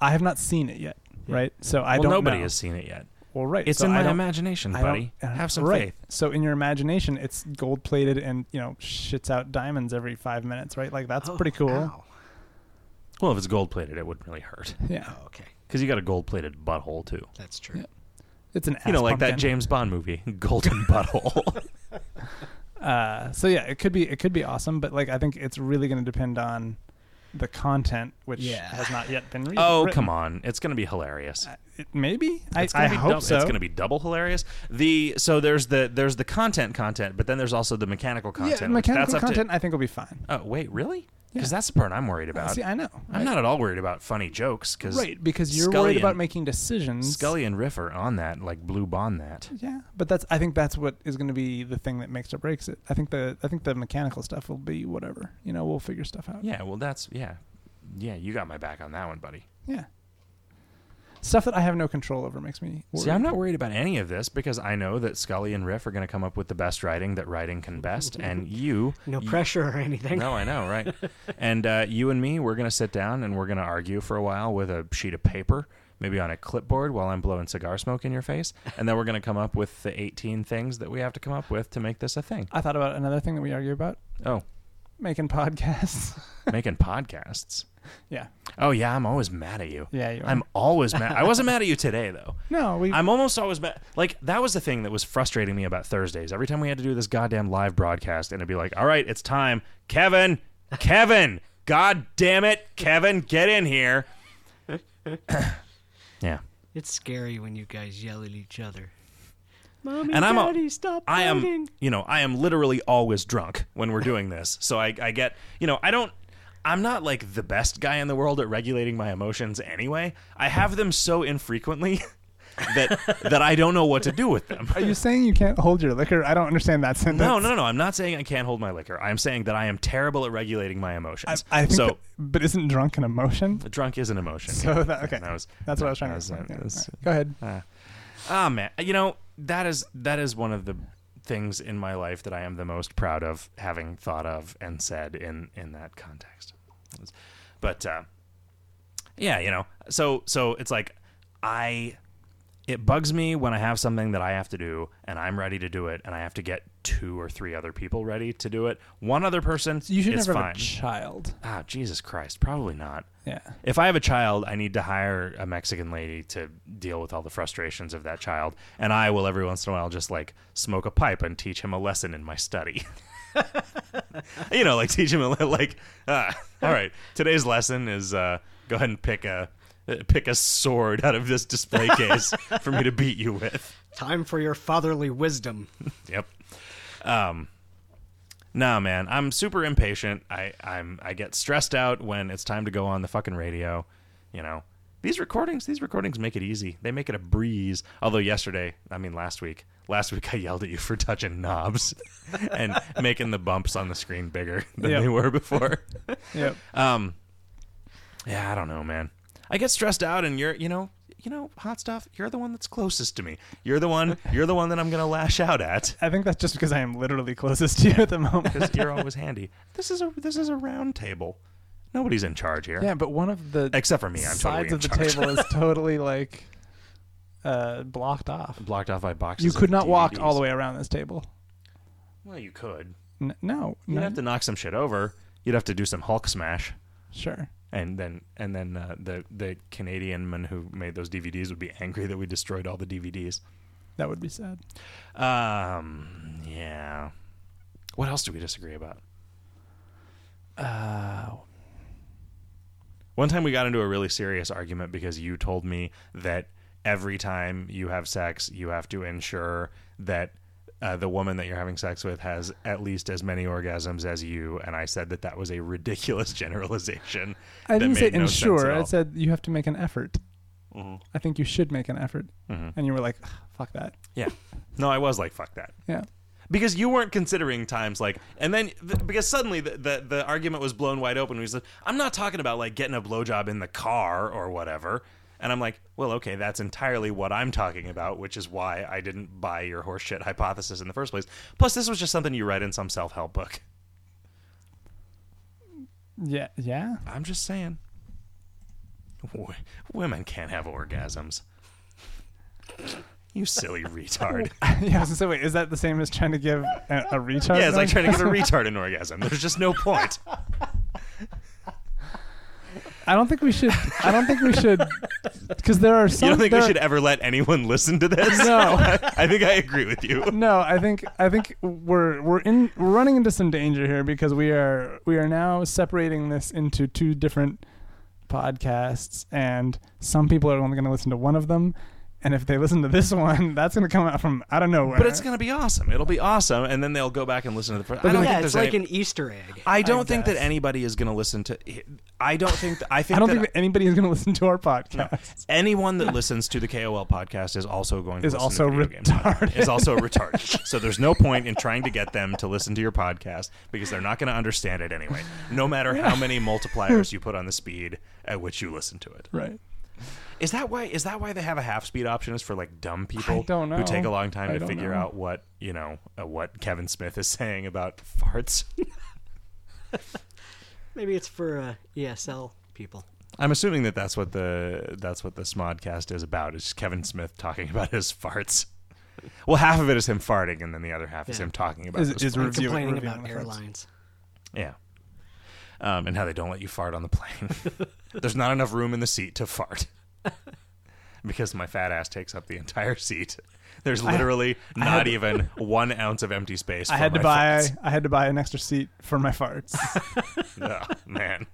S2: I have not seen it yet,
S1: Yeah.
S2: right? So I
S1: well,
S2: don't.
S1: nobody
S2: know.
S1: has seen it yet.
S2: Well, right.
S1: It's
S2: so
S1: in
S2: I
S1: my
S2: don't-
S1: imagination,
S2: I don't-
S1: buddy.
S2: I don't-
S1: Have some
S2: right.
S1: faith.
S2: So in your imagination, it's gold plated and you know shits out diamonds every five minutes, right? Like that's
S3: Oh,
S2: pretty cool.
S3: ow.
S1: Well, if it's gold plated, it wouldn't really hurt
S2: Yeah,
S3: Oh, okay.
S1: because you got a gold plated butthole too.
S3: That's true.
S2: Yeah. it's an ass
S1: you know, like that
S2: pumpkin.
S1: James Bond movie, *laughs* Golden Butthole. *laughs*
S2: Uh, so yeah, it could be it could be awesome, but like I think it's really going to depend on the content, which
S3: Yeah.
S2: has not yet been. Re-
S1: oh,
S2: written. Uh,
S1: come on! It's going to be hilarious.
S2: It, maybe I,
S1: It's gonna
S2: I
S1: be
S2: hope
S1: dou-
S2: so.
S1: It's going to be double hilarious. The so there's the there's the content content, but then there's also the mechanical content.
S2: yeah,
S1: which
S2: mechanical
S1: that's
S2: content
S1: Up
S2: I think will be fine.
S1: to, oh wait, really? Because
S2: Yeah.
S1: that's the part I'm worried about.
S2: See, I know.
S1: I'm not at all worried about funny jokes because
S2: right because you're
S1: Scully
S2: worried about
S1: and-
S2: making decisions.
S1: Scully and Riff are on that, like blue bond that.
S2: Yeah, but that's I think that's what is going to be the thing that makes or breaks it. I think the I think the mechanical stuff will be whatever. You know, we'll figure stuff out.
S1: Yeah, well, that's yeah, yeah. You got my back on that one, buddy.
S2: Yeah. Stuff that I have no control over makes me. Worried.
S1: See, I'm not worried about any of this because I know that Scully and Riff are going to come up with the best writing that writing can best, *laughs* and you
S3: No
S1: you-
S3: pressure or anything.
S1: No, I know, *laughs* right? and uh, you and me, we're going to sit down and we're going to argue for a while with a sheet of paper, maybe on a clipboard while I'm blowing cigar smoke in your face. And then we're going to come up with the 18 things that we have to come up with to make this a thing.
S2: I thought about another thing that we argue about
S1: Oh,
S2: making podcasts. *laughs*
S1: making *laughs* podcasts.
S2: yeah.
S1: Oh, yeah, I'm always mad at you.
S2: Yeah. You are.
S1: I'm always mad. I wasn't mad at you today, though.
S2: No, we.
S1: I'm almost always mad. Like, that was the thing that was frustrating me about Thursdays. Every time we had to do this goddamn live broadcast, and it'd be like, all right, it's time. Kevin, Kevin, god damn it, Kevin, get in here. yeah.
S3: It's scary when you guys yell at each other.
S1: *laughs*
S3: Mommy,
S1: And I'm a-
S3: Daddy, stop
S1: I am,
S3: fighting.
S1: you know, I am literally always drunk when we're doing this. So I, I get, you know, I don't, I'm not like the best guy in the world at regulating my emotions anyway. I have them so infrequently *laughs* that that I don't know what to do with them.
S2: are you saying you can't hold your liquor? I don't understand that
S1: *laughs*
S2: sentence.
S1: No, no, no, no. I'm not saying I can't hold my liquor. I'm saying that I am terrible at regulating my
S2: I,
S1: emotions.
S2: I think
S1: so
S2: that- but isn't drunk an emotion?
S1: drunk is an emotion.
S2: *laughs* So that, okay,
S1: Yeah, that was-
S2: that's what I was trying
S1: that
S2: to.
S1: was-
S2: explain.
S1: that
S2: Yeah,
S1: was-
S2: all right. Go ahead.
S1: Ah man, you know that is that is one of the things in my life that I am the most proud of having thought of and said in in that context. But uh, yeah, you know, so so it's like I it bugs me when I have something that I have to do and I'm ready to do it and I have to get two or three other people ready to do it. One other person,
S2: You should
S1: is
S2: never
S1: fine.
S2: have a child.
S1: ah, Jesus Christ, probably not.
S2: Yeah.
S1: If I have a child, I need to hire a Mexican lady to deal with all the frustrations of that child, and I will every once in a while just like smoke a pipe and teach him a lesson in my study. *laughs* you know, like teach him a li- like. Uh, all right, today's lesson is uh, go ahead and pick a uh, pick a sword out of this display case for me to beat you with.
S3: Time for your fatherly wisdom.
S1: Yep. Um, nah, man, I'm super impatient. I I'm I get stressed out when it's time to go on the fucking radio. You know, these recordings, these recordings make it easy. They make it a breeze. Although yesterday, I mean last week, last week *laughs* I yelled at you for touching knobs *laughs* and making the bumps on the screen bigger than
S2: Yep.
S1: they were before.
S2: Yep.
S1: Um, yeah, I don't know, man. I get stressed out, and you're, you know, you know, hot stuff. You're the one that's closest to me. You're the one. You're the one that I'm gonna lash out at
S2: I think that's just because I am literally closest to you at
S1: *laughs*
S2: the moment.
S1: because you're always handy. This is a this is a round table. Nobody's in charge here,
S2: yeah, but one of the
S1: except for me. I'm totally
S2: sides
S1: in
S2: of the
S1: charge.
S2: table is totally like uh, blocked off.
S1: *laughs* Blocked off by boxes.
S2: You could
S1: of
S2: not walk
S1: DVDs.
S2: all the way around this table.
S1: Well, you could.
S2: N- no,
S1: You'd
S2: no,
S1: have to knock some shit over. You'd have to do some Hulk smash.
S2: sure.
S1: and then and then uh, the the Canadian man who made those DVDs would be angry that we destroyed all the DVDs.
S2: That would be sad.
S1: Um, yeah. What else do we disagree about?
S2: Uh,
S1: One time we got into a really serious argument because you told me that every time you have sex, you have to ensure that uh, the woman that you're having sex with has at least as many orgasms as you. And I said that that was a ridiculous *laughs* generalization.
S2: I
S1: that
S2: didn't say
S1: made no sense
S2: ensure.
S1: at
S2: I
S1: all. Mm-hmm.
S2: said you have to make an effort. I think you should make an effort.
S1: Mhm.
S2: And you were like, "Ugh, fuck that.
S1: Yeah. No, I was like, fuck that.
S2: Yeah.
S1: because you weren't considering times like and then th- because suddenly the, the the argument was blown wide open we said i'm not talking about like getting a blowjob in the car or whatever and i'm like well okay that's entirely what i'm talking about which is why i didn't buy your horseshit hypothesis in the first place plus this was just something you read in some self-help book
S2: Yeah. Yeah.
S1: i'm just saying W- women can't have orgasms you silly retard
S2: *laughs* yeah. So wait, is that the same as trying to give a, a retard?
S1: yeah it's like
S2: noise?
S1: trying to get a retard an orgasm there's just no point
S2: I don't think we should. I don't think we
S1: *laughs*
S2: should. Because there are some.
S1: you don't think we
S2: there-
S1: should ever let anyone *laughs* listen to this?
S2: No.
S1: *laughs* I think I agree with you.
S2: No, I think I think we're we're in we're running into some danger here because we are we are now separating this into two different podcasts, and some people are only going to listen to one of them, and if they listen to this one, *laughs* that's going to come out from out of nowhere.
S1: But it's going to be awesome. It'll be awesome. And then they'll go back and listen to the first. I don't
S3: yeah,
S1: think
S3: it's
S1: there's
S3: like
S1: any-
S3: an Easter egg.
S1: I don't think that
S2: guess.
S1: anybody is going to listen to. I don't think. That, I think,
S2: *laughs* I don't
S1: that,
S2: think that anybody is going to listen to our podcast.
S1: anyone that listens to the KOL podcast is also going to
S2: Is
S1: listen
S2: also
S1: to video game podcast.
S2: retarded.
S1: Is also retarded. So there's no point in trying to get them to listen to your podcast because they're not going to understand it anyway. No matter how many multipliers you put on the speed at which you listen to it.
S2: Right.
S1: Is that why? Is that why they have a half speed option? Is for like dumb people
S2: don't know.
S1: who take a long time
S2: I
S1: to
S2: don't
S1: figure
S2: know.
S1: out what you know uh, what Kevin Smith is *laughs* saying about
S2: *laughs*
S1: farts.
S3: Maybe it's for uh, ESL people.
S1: I'm assuming that that's what the that's what the Smodcast is about. It's Kevin Smith talking *laughs* about his farts. Well, half of it is him farting, and then the other half is
S3: Yeah.
S1: him talking about
S2: Is,
S1: those
S2: is
S1: farts.
S2: reviewing,
S3: Complaining
S2: reviewing
S3: about
S2: the first.
S3: airlines. *laughs*
S1: yeah, um, and how they don't let you fart on the plane. *laughs* There's not enough room in the seat to fart *laughs* because my fat ass takes up the entire seat. There's literally not even one ounce of empty space.
S2: I
S1: for
S2: had to
S1: my
S2: buy.
S1: farts.
S2: I had to buy an extra seat for my farts.
S1: *laughs* oh, man.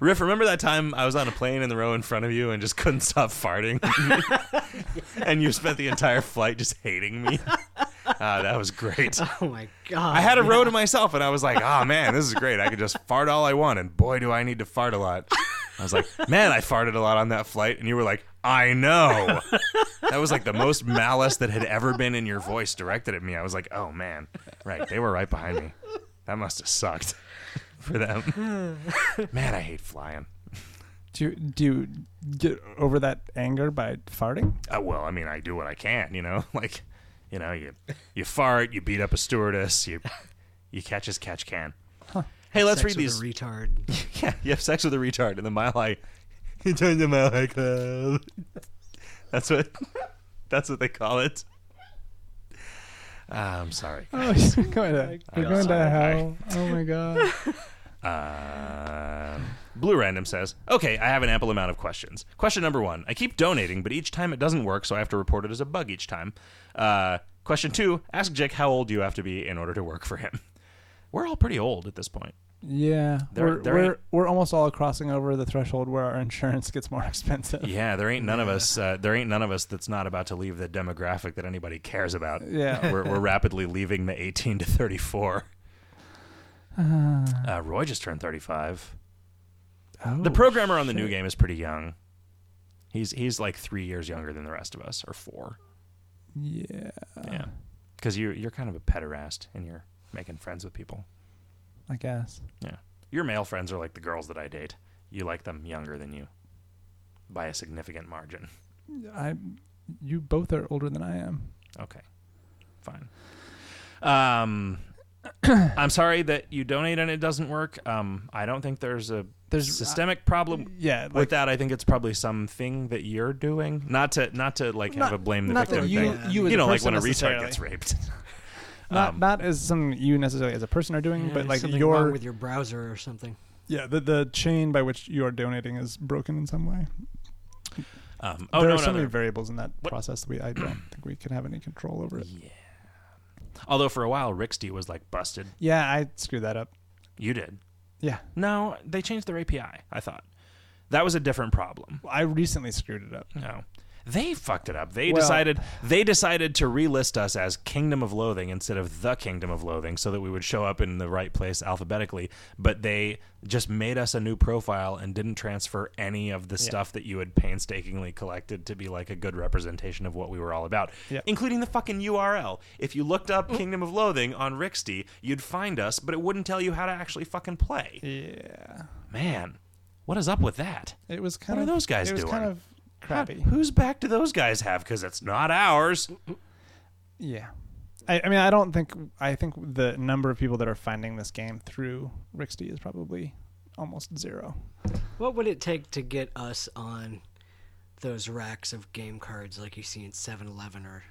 S1: Riff, remember that time I was on a plane in the row in front of you and just couldn't stop
S2: *laughs*
S1: farting? *laughs* and you spent the entire flight just hating
S2: *laughs*
S1: me? Ah, that was great.
S3: Oh my god!
S1: I had a row to myself and I was like, oh man, this is great. I could just fart all I want and boy do I need to fart a lot. I was like, man, I farted a lot on that flight and you were like, I know. That was like the most malice that had ever been in your voice directed at me. I was like, oh man. Right, they were right behind me. That must have sucked for them. Man, I hate flying.
S2: Do you, do you get over that anger by farting?
S1: Uh, well, I mean, I do what I can, you know. *laughs* Like, you know, you you fart, you beat up a stewardess, you you catch as catch can. Hey, let's
S3: Sex
S1: read these
S3: with A retard.
S1: *laughs* Yeah, you have sex with a retard in the Mile *laughs* High. You join the Mile High Club. uh, *laughs* That's what. *laughs* That's what they call it. Ah, I'm sorry.
S2: Oh, you're *laughs* going to,
S1: I'm
S2: you're going to
S1: sorry.
S2: hell. Oh my god.
S1: Um, Blue Random says, "Okay, I have an ample amount of questions. Question number one: I keep donating, but each time it doesn't work, so I have to report it as a bug each time. Uh, question two: Ask Jake how old you have to be in order to work for him. We're all pretty old at this point.
S2: Yeah,
S1: There-
S2: we're
S1: there
S2: we're,
S1: ain't-
S2: we're almost all crossing over the threshold where our insurance gets more *laughs* expensive.
S1: Yeah, there ain't none of us. Uh, there ain't none of us that's not about to leave the demographic that anybody cares about.
S2: Yeah.
S1: we're, *laughs* we're rapidly leaving the 18 to 34. Uh, Roy just turned 35.
S2: Oh,
S1: the programmer on the new game is pretty young. He's he's like three years younger than the rest of us, or four.
S2: yeah,
S1: yeah, because you you're kind of a pederast, and you're making friends with people.
S2: I guess.
S1: Yeah, your male friends are like the girls that I date. You like them younger than you, by a significant margin.
S2: I, you both are older than I am.
S1: Okay, fine. Um, *coughs* I'm sorry that you donate and it doesn't work. Um, I don't think there's a
S2: There's-
S1: systemic problem
S2: Yeah, like
S1: with that. I think it's probably something that you're doing. Not to not to like have
S2: Not-
S1: a blame the
S2: not that
S1: victim
S2: you-
S1: thing.
S2: you as a
S1: know, like
S2: person
S1: when a retard
S2: necessarily.
S1: gets raped.
S2: not
S1: um,
S2: not as something you necessarily as a person are doing,
S3: Yeah,
S2: but like
S3: something
S2: your
S3: wrong with your browser or something.
S2: yeah the the chain by which you are donating is broken in some way.
S1: Um, oh
S2: there
S1: no,
S2: are
S1: no,
S2: so many
S1: there-
S2: variables in that
S1: What-
S2: process that we I don't think we can have any control
S1: *clears throat*
S2: over it.
S1: Yeah. Although for a while, Rixty was like busted.
S2: Yeah, I screwed that up.
S1: You did.
S2: Yeah,
S1: No, they changed their API. I thought that was a different problem.
S2: I recently screwed it up.
S1: No, they fucked it up. They
S2: Well-
S1: decided they decided to relist us as Kingdom of Loathing instead of the Kingdom of Loathing, so that we would show up in the right place alphabetically. But they just made us a new profile and didn't transfer any of the stuff that you had painstakingly collected to be like a good representation of what we were all about,
S2: Yeah. Mm.
S1: including the fucking URL. If you looked up Kingdom of Loathing on Rixty, you'd find us, but it wouldn't tell you how to actually fucking play.
S2: Yeah,
S1: Man, what is up with that?
S2: it was kind
S1: are
S2: of
S1: those guys
S2: it was kind
S1: doing?
S2: of crappy.
S1: Whose back do those guys have? Because it's not ours.
S2: Yeah. I, I mean, I don't think I think the number of people that are finding this game through Rixty is probably almost zero.
S3: What would it take to get us on those racks of game cards like you see in 7-Eleven or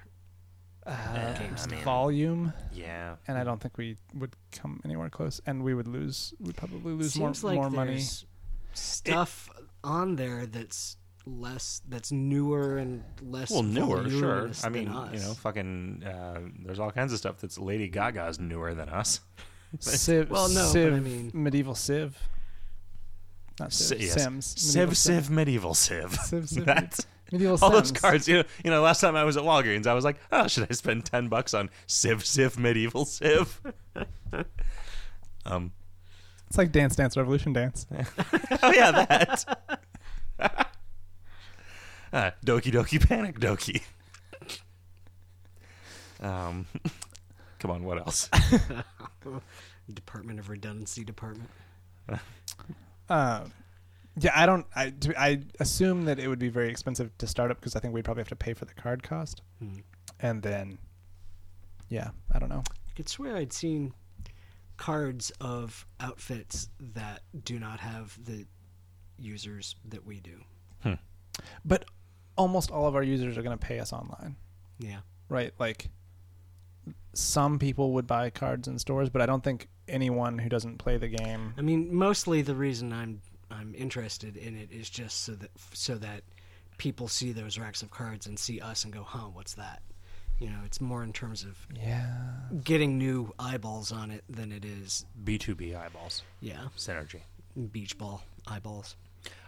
S2: Uh,
S3: games?
S1: I mean,
S2: volume,
S1: Yeah.
S2: and I don't think we would come anywhere close, and we would lose. We'd probably lose
S3: Seems
S2: more
S3: like
S2: more money.
S3: there's stuff on there that's less that's newer and less
S1: Well,
S3: full of
S1: newer, sure.
S3: newness
S1: I mean,
S3: than us.
S1: you know, fucking. Uh, there's all kinds of stuff that's Lady Gaga's newer than us.
S2: Civ,
S3: Well, no, but
S2: Civ,
S3: I mean-
S2: medieval Civ. Not Civ,
S1: Si- yes.
S2: Sims. medieval
S1: Civ, Civ, medieval Civ. *laughs*
S2: Civ, Civ,
S1: That's
S2: medieval
S1: all those
S2: Sims.
S1: cards. You know, you know, last time I was at Walgreens, I was like, oh, should I spend ten bucks on Civ, Civ, medieval Civ? um.
S2: It's like Dance Dance Revolution Dance.
S1: *laughs* Oh yeah, that. *laughs* uh, Doki Doki Panic Doki. Um, *laughs* come on, what else?
S3: Department of Redundancy Department.
S2: Uh, yeah, I don't. I to- I assume that it would be very expensive to start up because I think we'd probably have to pay for the card cost,
S3: Hmm.
S2: and then, yeah, I don't know.
S3: I could swear I'd seen cards of outfits that do not have the users that we do.
S2: But almost all of our users are going to pay us online,
S3: Yeah.
S2: right? Like, some people would buy cards in stores, but I don't think anyone who doesn't play the game.
S3: I mean, mostly the reason I'm I'm interested in it is just so that so that people see those racks of cards and see us and go, "Huh, what's that?" You know, it's more in terms of
S2: Yeah,
S3: getting new eyeballs on it than it is,
S1: B two B eyeballs
S3: yeah,
S1: synergy.
S3: beach ball eyeballs.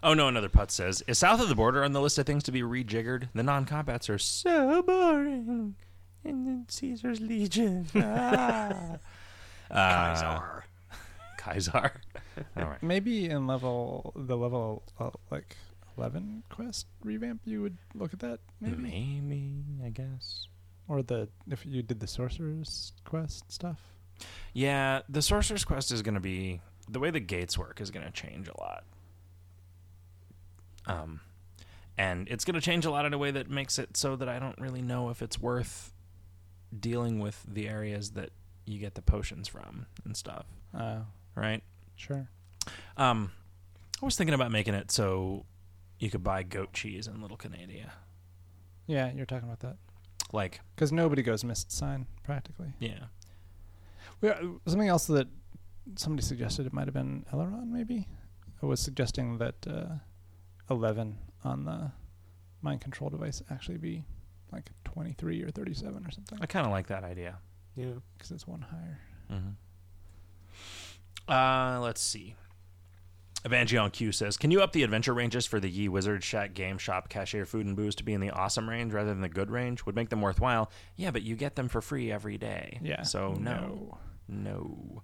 S1: Oh no, another putt says is south of the border on the list of things to be rejiggered. The non-combats are so boring. And then Caesar's Legion. *laughs* Ah. Uh,
S3: Kaisar.
S1: *laughs* Kaiser. All right.
S2: maybe in level the level uh, like eleven quest revamp, you would look at that maybe.
S1: Maybe I guess.
S2: or the if you did the sorcerer's quest stuff
S1: Yeah, the Sorcerer's Quest is going to be the way the gates work is going to change a lot. Um, and it's going to change a lot in a way that makes it so that I don't really know if it's worth dealing with the areas that you get the potions from and stuff,
S2: uh
S1: right?
S2: sure
S1: Um, I was thinking about making it so you could buy goat cheese in Little Canadia.
S2: yeah you're talking about that
S1: Like,
S2: because nobody goes mist sign practically
S1: yeah.
S2: we are, something else that somebody suggested it might have been Eleron maybe it was suggesting that uh 11 on the mind control device actually be like 23 or 37 or something
S1: I kind of like that idea.
S3: Yeah.
S2: because it's one higher
S1: Mm-hmm. Uh, let's see. Evangelion Q says, "Can you up the adventure ranges for the Ye Wizard Shack Game Shop Cashier Food and Booze to be in the awesome range rather than the good range? Would make them worthwhile. Yeah, but you get them for free every day.
S2: yeah
S1: So no, no."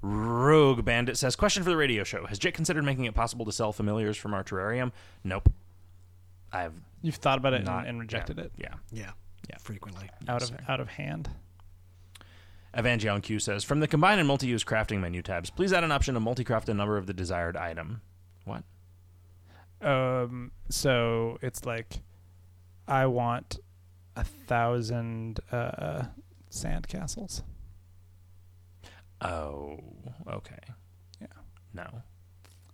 S1: Rogue Bandit says, "Question for the radio show: Has Jit considered making it possible to sell familiars from our terrarium? Nope. I've
S2: you've thought about it and-
S1: Not-
S2: and, rejected it
S1: yeah."
S3: Yeah.
S1: Yeah.
S3: Frequently.
S2: out
S1: Yes,
S2: of out of hand
S1: Evangelion Q says, "From the combine and multi-use crafting menu tabs, please add an option to multi-craft a number of the desired item." What?
S2: Um, so it's like I want a thousand uh, sand castles.
S1: Oh, okay.
S2: Yeah.
S1: No.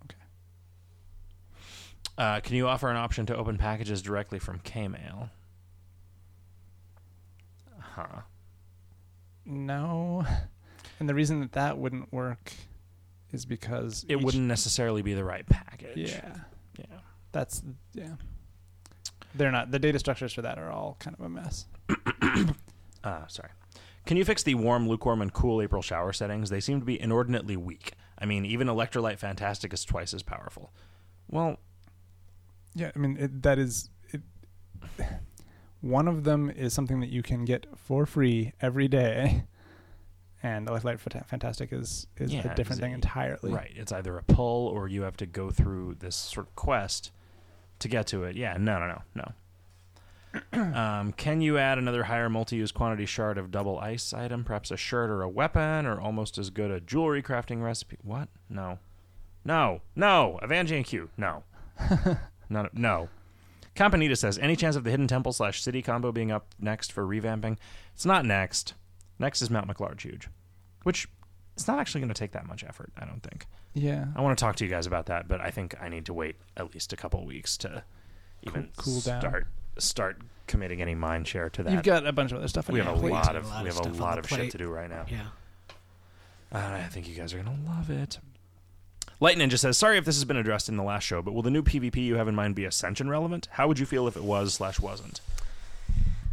S2: Okay.
S1: Uh, can you offer an option to open packages directly from Kmail? Huh.
S2: No, and the reason that that wouldn't work is because
S1: It
S2: each-
S1: wouldn't necessarily be the right package.
S2: Yeah,
S1: Yeah.
S2: that's yeah. They're not. The data structures for that are all kind of a mess.
S1: Uh, sorry. Can you fix the warm, lukewarm, and cool April shower settings? They seem to be inordinately weak. I mean, even Electrolyte Fantastic is twice as powerful. Well,
S2: Yeah, I mean it, that is it. One of them is something that you can get for free every day, and Electrolyte Fanta- Fantastic is is
S1: Yeah,
S2: a different thing
S1: exa-
S2: entirely.
S1: Right. It's either a pull or you have to go through this sort of quest to get to it. Yeah. No, no, no, *clears throat* no. um, can you add another higher multi use quantity shard of double ice item, perhaps a shirt or a weapon, or almost as good a jewelry crafting recipe? What? No. No. No. Evangelion Q. No. no. No. Campanita says, any chance of the hidden temple slash city combo being up next for revamping? It's not next. Next is Mount McLarge huge, which it's not actually going to take that much effort. I don't think.
S2: Yeah.
S1: I want to talk to you guys about that, but I think I need to wait at least a couple weeks to even
S2: Cool- cool down.
S1: start start committing any mind share to that.
S2: You've got a bunch of other stuff. on
S1: we have
S2: your
S1: a
S2: plate.
S1: lot
S3: A
S1: of
S3: lot
S1: we
S3: of
S1: have a
S3: stuff on
S1: lot
S3: the
S1: of
S3: plate.
S1: shit to do right now.
S3: Yeah.
S1: And I think you guys are going to love it. Light Ninja says, "Sorry if this has been addressed in the last show, but will the new PvP you have in mind be Ascension relevant? How would you feel if it was slash wasn't?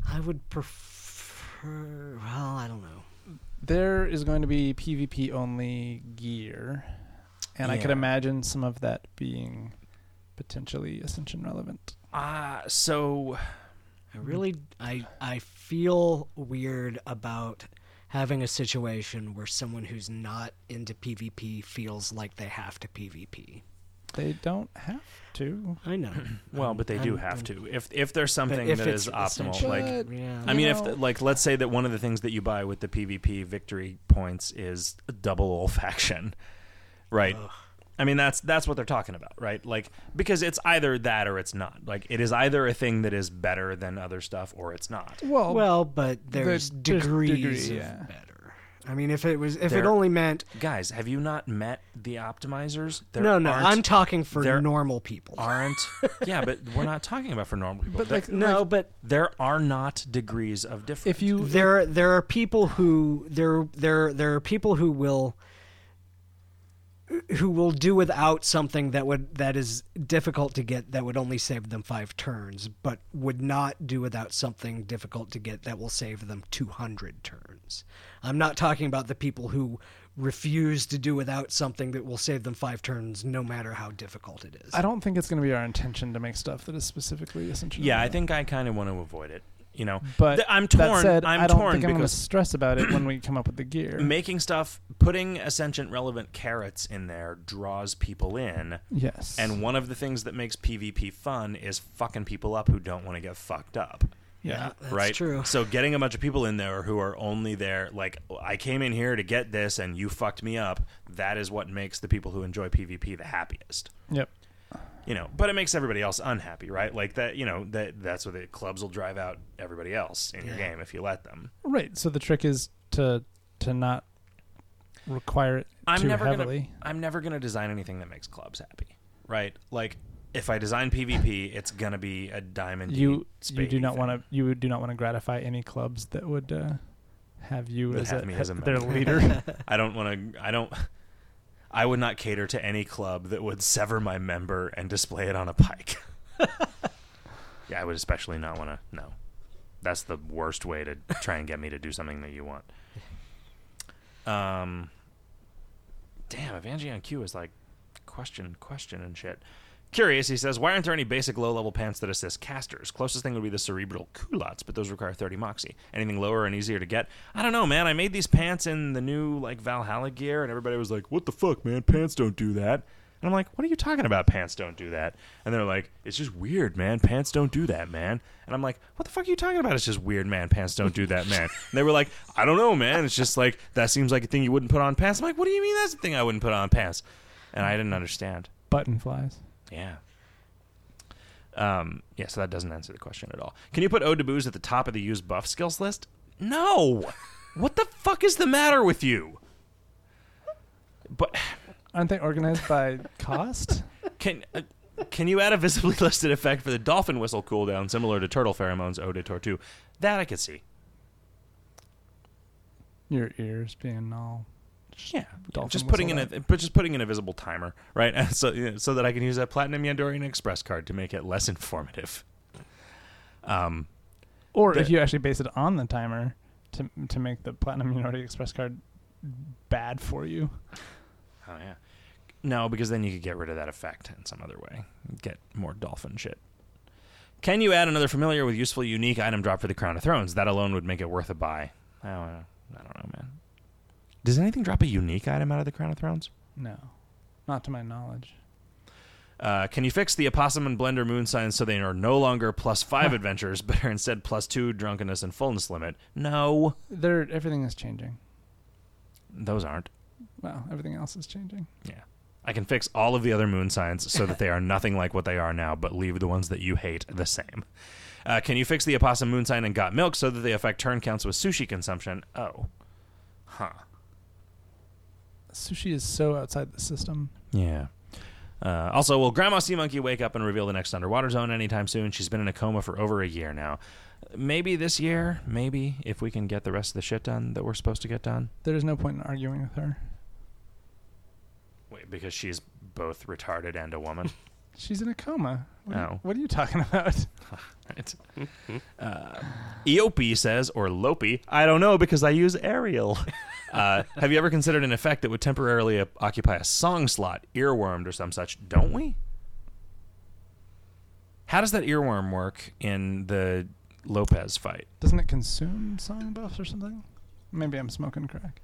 S3: I would prefer. Well, I don't know.
S2: There is going to be PvP only gear, and I could
S1: Yeah.
S2: imagine some of that being potentially ascension relevant.
S3: Uh,
S1: Ah, so
S3: I really, I, I feel weird about having a situation where someone who's not into PvP feels like they have to PvP.
S2: They don't have to.
S3: I know.
S1: *clears throat* well,
S3: I'm-
S1: but they do
S3: I'm-
S1: have
S3: I'm-
S1: to. If if there's something
S3: if
S1: that
S3: it's
S1: is optimal,
S3: essential-
S1: like
S2: But,
S3: yeah.
S1: I
S2: You
S1: mean,
S2: know-
S1: if like let's say that one of the things that you buy with the PvP victory points is double *laughs* olfaction, right?
S3: Ugh.
S1: I mean, that's that's what they're talking about, right? Like because it's either that or it's not. Like it is either a thing that is better than other stuff or it's not.
S2: Well,
S3: Well, but
S2: there's
S3: there's degrees
S2: degree,
S3: of
S2: yeah.
S3: better. I mean, if it was, if it
S1: There-
S3: only meant
S1: Guys, have you not met the optimizers? There
S3: no, no,
S1: aren't,
S3: I'm talking for
S1: there
S3: normal people.
S2: *laughs*
S1: aren't. yeah, but we're not talking about for normal people.
S2: but
S1: there,
S2: like
S3: no,
S2: like,
S3: but
S1: there are not degrees of difference.
S2: if you
S3: there there are people who there there there are people who will who will do without something that would that is difficult to get that would only save them 5 turns but would not do without something difficult to get that will save them 200 turns. I'm not talking about the people who refuse to do without something that will save them 5 turns no matter how difficult it is.
S2: I don't think it's going to be our intention to make stuff that is specifically essential.
S1: yeah, I think I kind of want to avoid it. You know,
S2: But
S1: Th- I'm
S2: that
S1: torn.
S2: said,
S1: I'm
S2: I don't
S1: torn
S2: think I'm going to
S1: because
S2: stress about it
S1: *coughs*
S2: when we come up with the gear.
S1: making stuff, putting ascension relevant carrots in there draws people in.
S2: yes,
S1: And one of the things that makes PvP fun is fucking people up who don't want to get fucked up.
S2: yeah,
S3: that's
S1: right?
S3: true.
S1: So getting a bunch of people in there who are only there, like, I came in here to get this and you fucked me up, that is what makes the people who enjoy PvP the happiest.
S2: yep.
S1: You know, but it makes everybody else unhappy, right? Like that, you know, that that's what the clubs will drive out everybody else in your
S3: Yeah.
S1: game if you let them.
S2: Right. So the trick is to to not require it
S1: I'm
S2: too
S1: never
S2: heavily.
S1: gonna I'm never gonna design anything that makes clubs happy, right? Like if I design PvP, it's gonna be a diamond.
S2: you you do not want to you do not want to gratify any clubs that would uh, have you
S1: That
S2: as,
S1: have
S2: a,
S1: me as a
S2: their
S1: member. *laughs*
S2: leader.
S1: to. I don't want to. I don't. I would not cater to any club that would sever my member and display it on a pike. *laughs* yeah, I would especially not want to. No, that's the worst way to try and get me to do something that you want. Um, damn, Evangelion Q is like question, question, and shit. Curious, he says, why aren't there any basic low level pants that assist casters? Closest thing would be the cerebral culottes, but those require 30 moxie. Anything lower and easier to get? I don't know, man. I made these pants in the new, like, Valhalla gear, and everybody was like, what the fuck, man? Pants don't do that. And I'm like, what are you talking about? Pants don't do that. And they're like, it's just weird, man. Pants don't do that, man. And I'm like, what the fuck are you talking about? It's just weird, man. Pants don't do that, man. and they were like, I don't know, man. It's just like, that seems like a thing you wouldn't put on pants. I'm like, what do you mean that's a thing I wouldn't put on pants? And I didn't understand.
S2: Button flies.
S1: Yeah. Um, yeah, so that doesn't answer the question at all. Can you put Ode to Booze at the top of the used buff skills list? No. what the fuck is the matter with you? But
S2: Aren't they organized
S1: *laughs*
S2: by cost?
S1: can uh, can you add a visibly *laughs* listed effect for the dolphin whistle cooldown similar to turtle pheromones Ode to Tortue? That I could see.
S2: Your ears being all.
S1: Yeah,
S2: Dolphin
S1: just putting in
S2: whistle
S1: a but just putting in a visible timer, right? *laughs* So you know, so that I can use that platinum Yandorian Express card to make it less informative. Um,
S2: Or
S1: The-
S2: if you actually base it on the timer to to make the Platinum Minority Express card bad for you.
S1: oh yeah, no, because then you could get rid of that effect in some other way, get more dolphin shit. Can you add another familiar with useful unique item drop for the Crown of Thrones? That alone would make it worth a buy. I don't know. I don't know, man. Does anything drop a unique item out of the Crown of Thrones?
S2: No, not to my knowledge.
S1: Uh, can you fix the opossum and blender moon signs so they are no longer plus five adventures, *laughs* but are instead plus two drunkenness and fullness limit? No,
S2: There, everything is changing.
S1: those aren't.
S2: Well, everything else is changing.
S1: Yeah, I can fix all of the other moon signs so that they are *laughs* nothing like what they are now, but leave the ones that you hate the same. Uh, can you fix the opossum moon sign and got milk so that they affect turn counts with sushi consumption? Oh, huh.
S2: Sushi is so outside the system.
S1: Yeah. Uh, also, will Grandma Sea Monkey wake up and reveal the next underwater zone anytime soon? She's been in a coma for over a year now. Maybe this year, maybe if we can get the rest of the shit done that we're supposed to get done.
S2: There is no point in arguing with her.
S1: Wait, because she's both retarded and a *laughs* woman.
S2: She's in a coma. What, are,
S1: Oh.
S2: you, what are you talking *laughs* about?
S1: right. Uh, Eope says, or Lopi, I don't know because I use Ariel. *laughs* Uh, have you ever considered an effect that would temporarily uh, occupy a song slot, earwormed or some such? Don't we? How does that earworm work in the Lopez fight?
S2: Doesn't it consume song buffs or something? Maybe I'm smoking crack.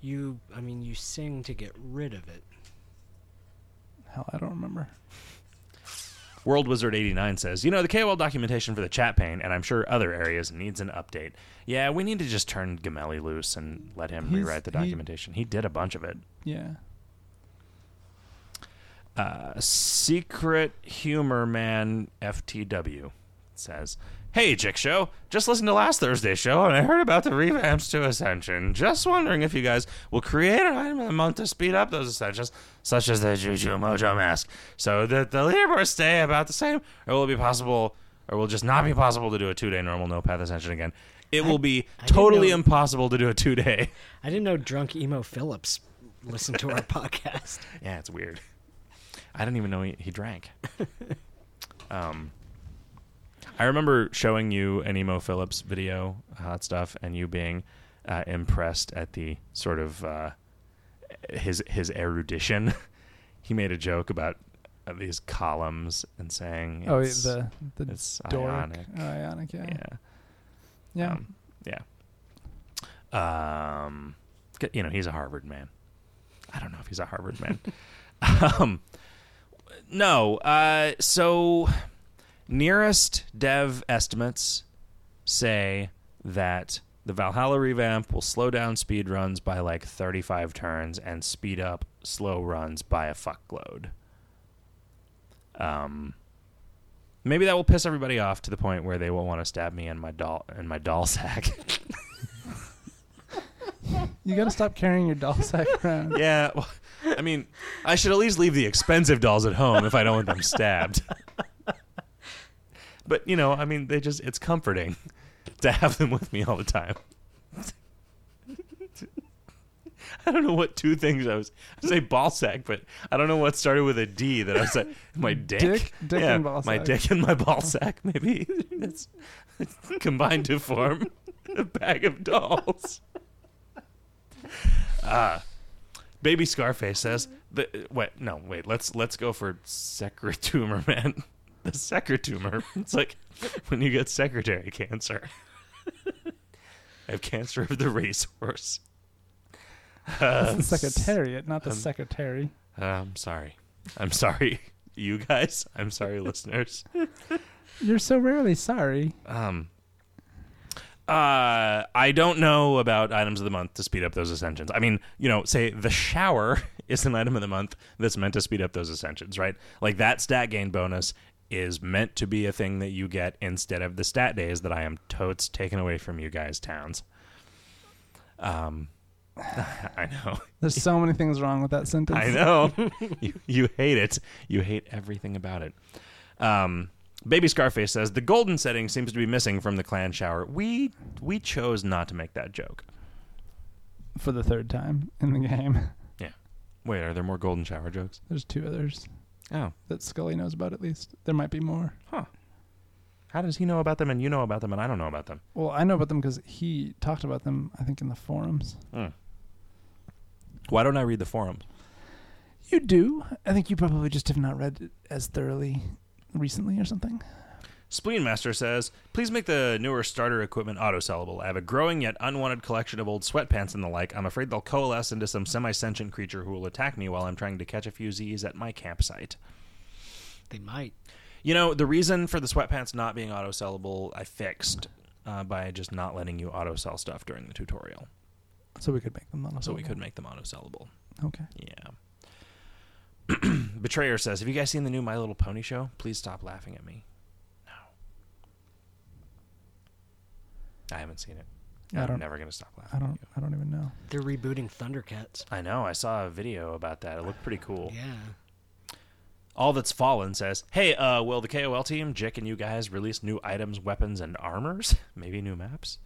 S3: You, I mean, you sing to get rid of it.
S2: Hell, I don't remember.
S1: World Wizard 89 says, You know, the KOL documentation for the chat pane, and I'm sure other areas, needs an update. Yeah, we need to just turn Gamelli loose and let him
S2: He's-
S1: rewrite the
S2: he-
S1: documentation. He did a bunch of it.
S2: Yeah.
S1: Uh, Secret Humor Man FTW says, Hey, Jick Show. Just listened to last Thursday's show, and I heard about the revamps to Ascension. Just wondering if you guys will create an item of the month to speed up those Ascensions, such as the Juju Mojo Mask, so that the leaderboards stay about the same, or will it be possible, or will it just not be possible to do a two day normal no path Ascension again? It will be
S3: I didn't
S1: totally
S3: know-
S1: impossible to do a two day.
S3: I didn't know drunk emo Phillips listened to our *laughs* podcast.
S1: Yeah, it's weird. I didn't even know he, he
S2: *laughs*
S1: drank. um, I remember showing you an Emo Phillips video, uh, hot stuff, and you being uh, impressed at the sort of uh, his his erudition. *laughs* he made a joke about uh, these columns and saying,
S2: oh,
S1: it's-
S2: the the
S1: it's
S2: dork.
S1: ionic.
S2: Oh, ionic. Yeah.
S1: yeah."
S2: Yeah.
S1: Um, yeah. Um, c- you know, he's a Harvard man. I don't know if he's a Harvard man. um, no. Uh, so nearest dev estimates say that the Valhalla revamp will slow down speed runs by like 35 turns and speed up slow runs by a fuckload. Um, maybe that will piss everybody off to the point where they will want to stab me in my doll in my doll sack.
S2: you got to stop carrying your doll
S1: *laughs*
S2: sack around.
S1: yeah, well, I mean, I should at least leave the expensive dolls at home if I don't want them stabbed. But you know, I mean, they just—it's comforting to have them with me all the time. I don't know what two things I was. I say ball sack, but I don't know what started with a D that I was like my dick,
S2: Dick- dick
S1: yeah,
S2: and ball
S1: my
S2: sack.
S1: dick and my ball sack. Maybe that's combined to form a bag of dolls. *laughs* Ah, baby Scarface says the wait. No, wait. Let's let's go for secretumor, man. *laughs* The secretumor. It's like when you get secretary cancer. I have cancer of the racehorse.
S2: *laughs*
S1: Uh,
S2: *laughs* It's the secretariat, not the
S1: um,
S2: secretary.
S1: I'm sorry. I'm sorry, you guys. I'm sorry, listeners.
S2: You're so rarely sorry.
S1: Um, uh, I don't know about items of the month to speed up those ascensions. I mean, you know, say the *laughs* shower is an item of the month that's meant to speed up those ascensions, right? Like that stat gain bonus is meant to be a thing that you get instead of the stat days that I am totes taken away from you guys towns. Um *laughs* I know.
S2: There's so many things wrong with that sentence.
S1: I know. *laughs* you, you hate it. You hate everything about it. Um, Baby Scarface says the golden setting seems to be missing from the clan shower. We we chose not to make that joke.
S2: For the third time in the game, *laughs*
S1: Wait, are there more golden shower jokes?
S2: there's two others
S1: Oh,
S2: that Scully knows about at least. There might be more.
S1: how does he know about them and you know about them and I don't know about them?
S2: Well, I know about them because he talked about them. I think in the forums.
S1: Why don't I read the forums?
S2: You do. I think you probably just have not read it as thoroughly recently or something.
S1: Spleenmaster says, please make the newer starter equipment auto-sellable. I have a growing yet unwanted collection of old sweatpants and the like. I'm afraid they'll coalesce into some semi-sentient creature who will attack me while I'm trying to catch a few Z's at my campsite.
S3: They might.
S1: You know, the reason for the sweatpants not being auto sellable, I fixed uh, by just not letting you auto sell stuff during the tutorial.
S2: So we could make them.
S1: So we could make them auto sellable.
S2: Okay.
S1: Yeah. *clears throat* Betrayer says, Have you guys seen the new My Little Pony show? Please stop laughing at me. No. I haven't seen it.
S2: I
S1: I'm
S2: don't.
S1: never going to stop laughing
S2: I
S1: at
S2: don't.
S1: you.
S2: I don't even know.
S3: They're rebooting Thundercats.
S1: I know. I saw a video about that. It looked pretty cool.
S3: Yeah.
S1: All That's Fallen says, Hey, uh, will the KOL team, Jick and you guys, release new items, weapons, and armors? *laughs* Maybe new maps?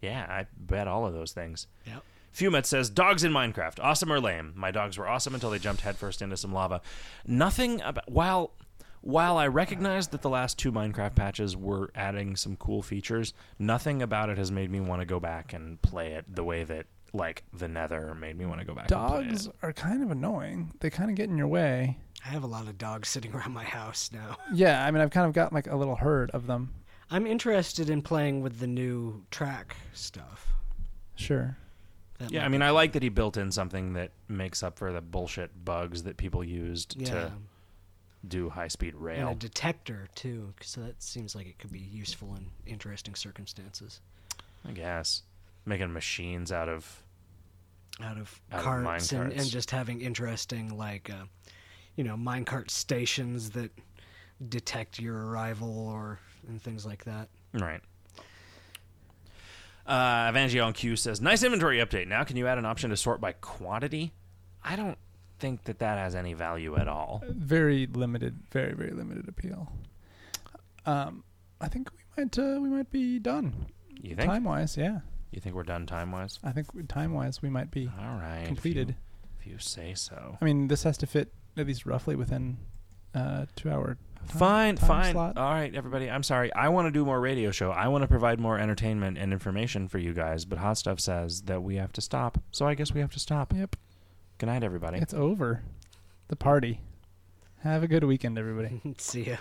S1: Yeah, I bet all of those things.
S3: Yep.
S1: Fumet says, Dogs in Minecraft, awesome or lame? My dogs were awesome until they jumped headfirst into some lava. Nothing about. While. While I recognize that the last two Minecraft patches were adding some cool features, nothing about it has made me want to go back and play it the way that, like, the Nether made me want to go back. and play it.
S2: Dogs are kind of annoying. They kind of get in your way.
S3: I have a lot of dogs sitting *laughs* around my house now.
S2: Yeah, I mean, I've kind of got like a little herd of them.
S3: I'm interested in playing with the new track stuff.
S2: Sure.
S3: That
S1: Yeah,
S3: might
S1: I mean, I like that he built in something that makes up for the bullshit bugs that people used
S3: be- yeah,
S1: to do high speed
S3: and a
S1: rail.
S3: detector too, 'cause so that seems like it could be useful in interesting circumstances.
S1: I guess making machines out of
S3: out of
S1: Out of mine
S3: carts and, and
S1: carts.
S3: just having interesting like uh, you know minecart stations that detect your arrival or and things like that *laughs*
S1: right. Uh, Evangelion Q says, "Nice inventory update. Now, can you add an option to sort by quantity? I don't think that that has any value at all.
S2: Very limited. Very very limited appeal. Um, I think we might uh, we might be done
S1: You think?
S2: time wise. Yeah,
S1: You think we're done time wise?
S2: I think time wise we might be
S1: All right. if
S2: completed.
S1: you- If you, say so.
S2: I mean, this has to fit at least roughly within uh, two hour. time-
S1: Fine,
S2: time
S1: fine.
S2: slot.
S1: All right, everybody. I'm sorry. I want to do more radio show. I want to provide more entertainment and information for you guys, but Hot Stuff says that we have to stop. So I guess we have to stop.
S2: Yep,
S1: Good night, everybody.
S2: it's over. The party. Have a good weekend, everybody.
S3: see ya